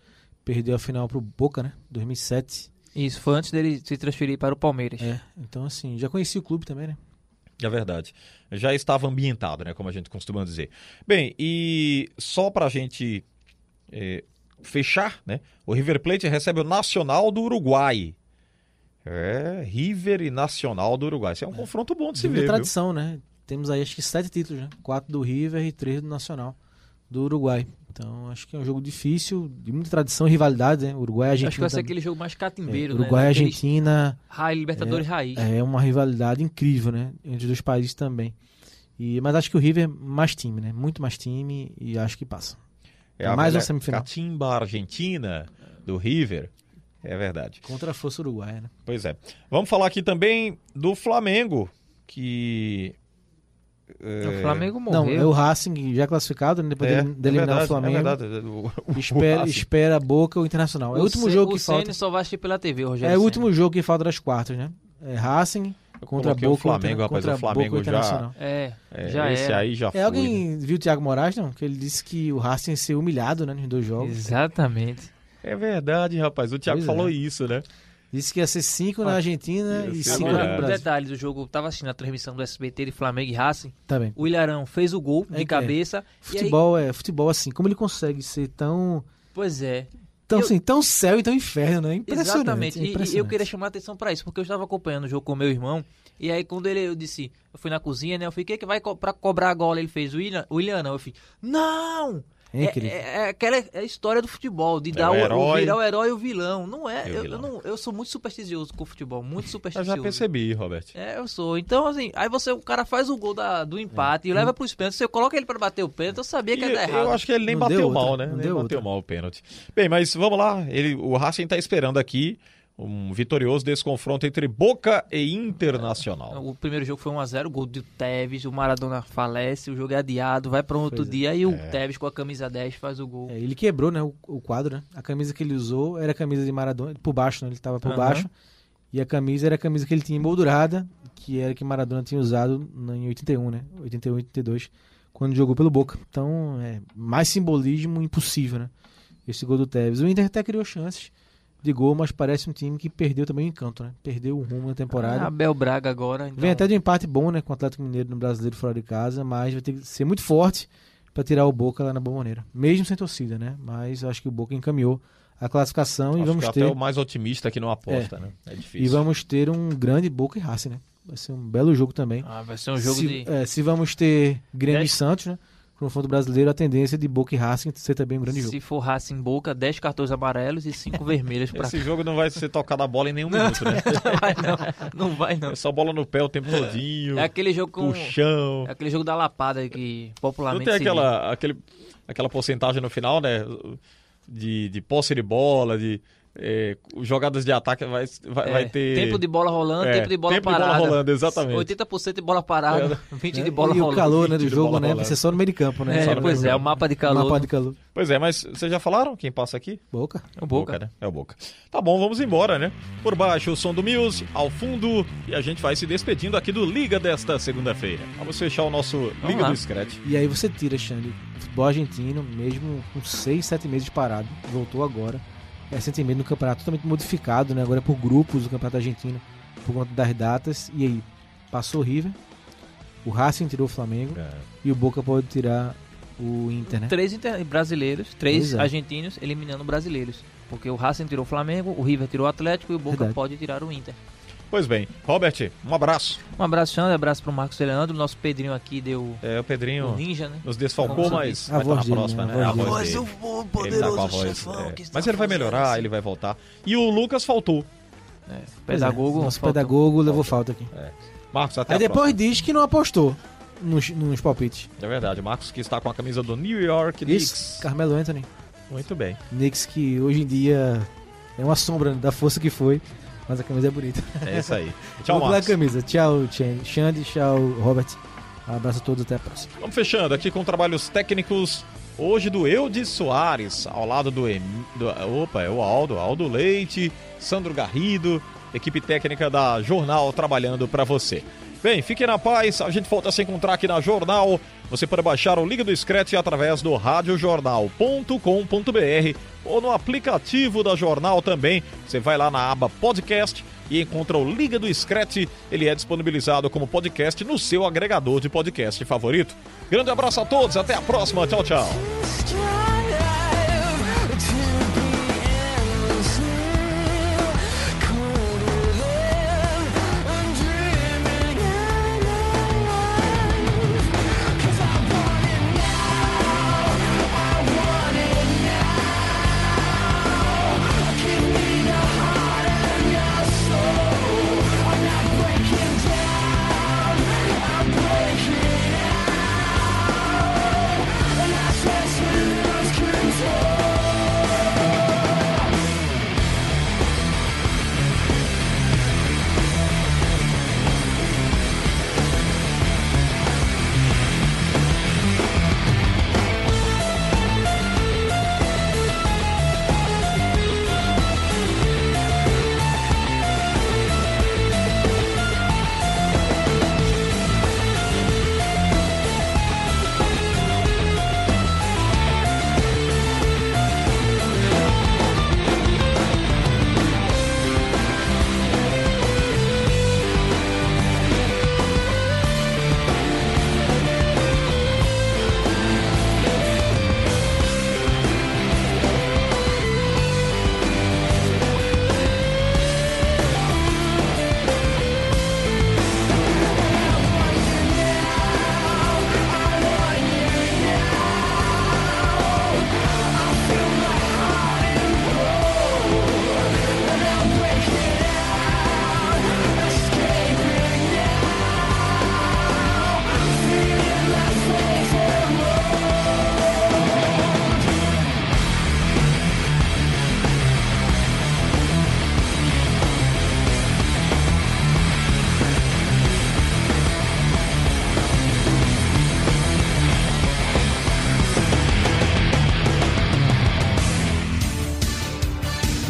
S5: Perdeu a final pro Boca, né? 2007.
S6: Isso foi antes dele se transferir para o Palmeiras.
S5: É. Então, assim, já conheci o clube também, né?
S4: É. verdade. Já estava ambientado, né? Como a gente costuma dizer. Bem, e só pra gente eh, fechar, né? O River Plate recebe o Nacional do Uruguai. É, River e Nacional do Uruguai. Isso é um confronto bom de se
S5: Muita
S4: ver, viu?
S5: tradição, né? Temos aí acho que sete títulos, né? Quatro do River e três do Nacional do Uruguai. Então acho que é um jogo difícil, de muita tradição e rivalidade, né? Uruguai e Argentina.
S6: Acho que vai ser
S5: também.
S6: aquele jogo mais catimbeiro,
S5: é,
S6: né?
S5: Uruguai e
S6: Daqueles
S5: Argentina
S6: Ra- Libertadores raiz.
S5: é uma rivalidade incrível, né? Entre os dois países também. E, mas acho que o River é mais time, né? Muito mais time e acho que passa.
S4: É a
S5: É Mais uma
S4: velha
S5: semifinal.
S4: Catimba Argentina do River. É verdade.
S5: Contra a força uruguaia, né?
S4: Pois é. Vamos falar aqui também do Flamengo, que
S6: O Flamengo morreu.
S5: Não, é o Racing já classificado, né? Depois
S4: é,
S5: de de eliminar
S4: é verdade,
S5: o Flamengo.
S4: É verdade. O- o- o
S5: Espera,
S4: Racing.
S5: espera a Boca o Internacional. É o último
S6: Ceni-
S5: jogo que
S6: o Ceni
S5: falta.
S6: só vai assistir pela TV, Rogério.
S5: É o
S6: Ceni.
S5: último jogo que falta das quartas, né? É Racing, contra
S4: coloquei
S5: Boca
S4: o Flamengo,
S5: contra,
S4: rapaz.
S5: contra
S4: o Flamengo
S5: Boca
S4: já.
S5: Internacional.
S6: É,
S4: é,
S6: já
S4: esse
S6: era.
S4: aí já foi. né?
S5: É, alguém viu o Thiago Moraes, não? Que ele disse que o Racing ia ser humilhado né, nos dois
S4: um
S5: jogos.
S6: Exatamente.
S4: É verdade, rapaz. O Thiago
S5: Pois
S4: falou
S5: é.
S4: isso, né?
S5: Disse que ia ser cinco na Argentina
S4: Ia
S5: e
S4: ser
S5: cinco
S4: humilhado.
S5: no
S6: Agora, um
S5: Brasil.
S6: detalhe do jogo, eu tava assistindo a transmissão do SBT de Flamengo e Racing.
S5: Tá bem.
S6: O Ilharão fez o
S5: É
S6: gol de
S5: que é.
S6: cabeça. E
S5: Futebol é futebol assim. Como ele consegue ser tão
S6: aí, pois é.
S5: tão,
S6: Eu-
S5: assim, tão céu e tão inferno, né? Impressionante.
S6: Exatamente. E- E, eu
S5: impressionante.
S6: queria chamar a atenção pra isso, porque eu estava acompanhando o jogo com o meu irmão. E aí, quando ele, eu disse, eu fui na cozinha, né? Eu fiquei que vai co pra cobrar a gola. Ele fez o Ilhan, o Ilhan não. Eu fiz, não!
S5: É incrível.
S6: é- é aquela é a história do futebol, de dar
S4: É o
S6: o, o
S4: herói.
S6: virar o herói e o vilão. Não é.
S4: E o
S6: eu,
S4: vilão.
S6: eu não, eu sou muito supersticioso com o futebol, muito
S4: Eu
S6: supersticioso.
S4: já percebi, Robert.
S6: É, eu sou. Então, assim, aí você, o cara faz o gol da- do empate e leva pros pênaltis. Você coloca ele pra bater o pênalti, eu sabia que
S4: E
S6: ia dar errado.
S4: Eu acho que ele nem
S5: Não
S4: bateu
S5: deu
S4: mal,
S5: outra,
S4: né?
S5: não
S4: Nem
S5: deu
S4: bateu
S5: outra.
S4: mal o pênalti. Bem, mas vamos lá. Ele, o Racing tá esperando aqui um vitorioso desse confronto entre Boca e Internacional.
S6: O primeiro jogo foi 1x0, gol do Tevez, o Maradona falece, o jogo é adiado, vai pra um outro dia e o Tevez com a camisa 10 faz o gol.
S5: É, ele quebrou, né, o, o quadro, né? A camisa que ele usou era a camisa de Maradona, por baixo, né? Ele tava por
S6: Aham.
S5: baixo. E a camisa era a camisa que ele tinha emoldurada, que era a que Maradona tinha usado na- em 81, né? 81, 82, quando jogou pelo Boca. Então, é mais simbolismo impossível, né? Esse gol do Tevez. O Inter até criou chances de gol, mas parece um time que perdeu também o encanto, né? Perdeu o rumo da temporada.
S6: Ah, Abel Braga agora. Então,
S5: Vem até de um empate bom, né, com o Atlético Mineiro no Brasileiro fora de casa, mas vai ter que ser muito forte pra tirar o Boca lá na Bomboneira. Mesmo sem torcida, né? Mas eu acho que o Boca encaminhou a classificação e
S4: Acho
S5: vamos
S4: que
S5: ter
S4: até o mais otimista que não aposta, né? É difícil.
S5: e vamos ter um grande Boca e Racing, né? Vai ser um belo jogo também.
S6: Ah, vai ser um jogo
S5: se,
S6: de.
S5: é, se vamos ter Grêmio
S6: Dez-
S5: e Santos, né? No fundo brasileiro, a tendência de Boca e Racing ser também um grande jogo.
S6: Se for Racing Boca, 10 cartões amarelos e 5 vermelhas pra
S4: Esse jogo não vai ser tocado a bola em nenhum minuto, né?
S6: Não vai não, não vai não.
S4: É só bola no pé o tempo todinho,
S6: É aquele jogo com.
S4: no chão.
S6: É aquele jogo da lapada que
S4: Não
S6: popularmente
S4: tem
S6: se diz.
S4: aquela, aquele, aquela porcentagem no final, né? De, de posse de bola, de eh, jogadas de ataque, vai, vai,
S6: É,
S4: vai ter...
S6: Tempo de bola rolando,
S4: É,
S6: tempo de bola
S4: tempo de bola
S6: parada.
S4: rolando, exatamente. É.
S6: 80% de bola parada, 20% de bola
S5: e o
S6: rolando.
S5: calor né, do
S4: Tiro de
S5: jogo,
S4: bola
S5: né? Vai
S4: rolando.
S5: ser só no meio de campo, né?
S6: É,
S5: Só no
S6: pois
S5: meio
S6: é,
S5: de
S6: o mapa de
S5: campo.
S6: calor.
S5: Mapa de calor.
S4: Pois é, mas vocês já falaram quem passa aqui?
S5: Boca.
S6: É o Boca.
S4: né? É o Boca. Tá bom, vamos embora, né? Por baixo, o som do Mills, ao fundo, e a gente vai se despedindo aqui do Liga desta segunda-feira. Vamos fechar o nosso Liga
S6: lá.
S4: do Scratch.
S5: E aí você tira, Xande, o futebol argentino, mesmo com 6, 7 meses parado, voltou agora, recentemente no campeonato totalmente modificado, né? Agora é por grupos do campeonato argentino, por conta das datas. E aí, passou o River, o Racing tirou o Flamengo e o Boca pode tirar o Inter, né?
S6: Três inter- brasileiros, três
S5: Pois é.
S6: argentinos eliminando brasileiros. Porque o Racing tirou o Flamengo, o River tirou o Atlético e o Boca
S5: Verdade.
S6: pode tirar o Inter.
S4: Pois bem, Robert, um abraço.
S6: Um abraço, Xander, abraço pro Marcos Leandro, nosso Pedrinho aqui deu
S4: É, o
S6: o
S4: Pedrinho
S6: ninja, né?
S4: nos desfalcou,
S6: Vamos
S4: mas
S5: A
S4: vai estar
S5: voz
S4: na
S5: dele,
S4: próxima,
S5: né?
S4: né?
S5: A
S4: A
S5: voz
S4: voz
S5: dele.
S4: dele.
S6: vou
S4: Ele tá com a voz, é. Mas ele vai melhorar, ele vai voltar. E o Lucas faltou.
S5: Pois é,
S6: Pedagogo,
S5: nosso
S6: faltou.
S5: pedagogo levou falta aqui.
S4: Marcos, até É
S5: Aí
S4: a
S5: depois
S4: próxima.
S5: diz que não apostou nos, nos palpites.
S4: É verdade, Marcos que está com a camisa do New York
S5: Isso,
S4: Knicks.
S5: Carmelo Anthony.
S4: Muito bem.
S5: Knicks que hoje em dia é uma sombra da força que foi, mas a camisa é bonita.
S4: É isso aí. Tchau,
S5: Vamos lá,
S4: Marcos.
S5: camisa. Tchau, Chen- Xande. Tchau, Robert. Abraço a todos. Até a próxima.
S4: Vamos fechando aqui com trabalhos técnicos. Hoje do Eudes Soares, ao lado do, Em- do- Opa, é o Aldo, Aldo Leite, Sandro Garrido, equipe técnica da Jornal trabalhando para você. Bem, fique na paz, a gente volta a se encontrar aqui na Jornal. Você pode baixar o Liga do Scratch através do radiojornal.com.br ou no aplicativo da Jornal também. Você vai lá na aba podcast e encontra o Liga do Scratch. Ele é disponibilizado como podcast no seu agregador de podcast favorito. Grande abraço a todos, até a próxima. Tchau, tchau.
S1: Yes, we love.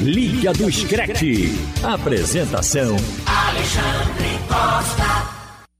S2: Liga do Screte. Apresentação:
S1: Alexandre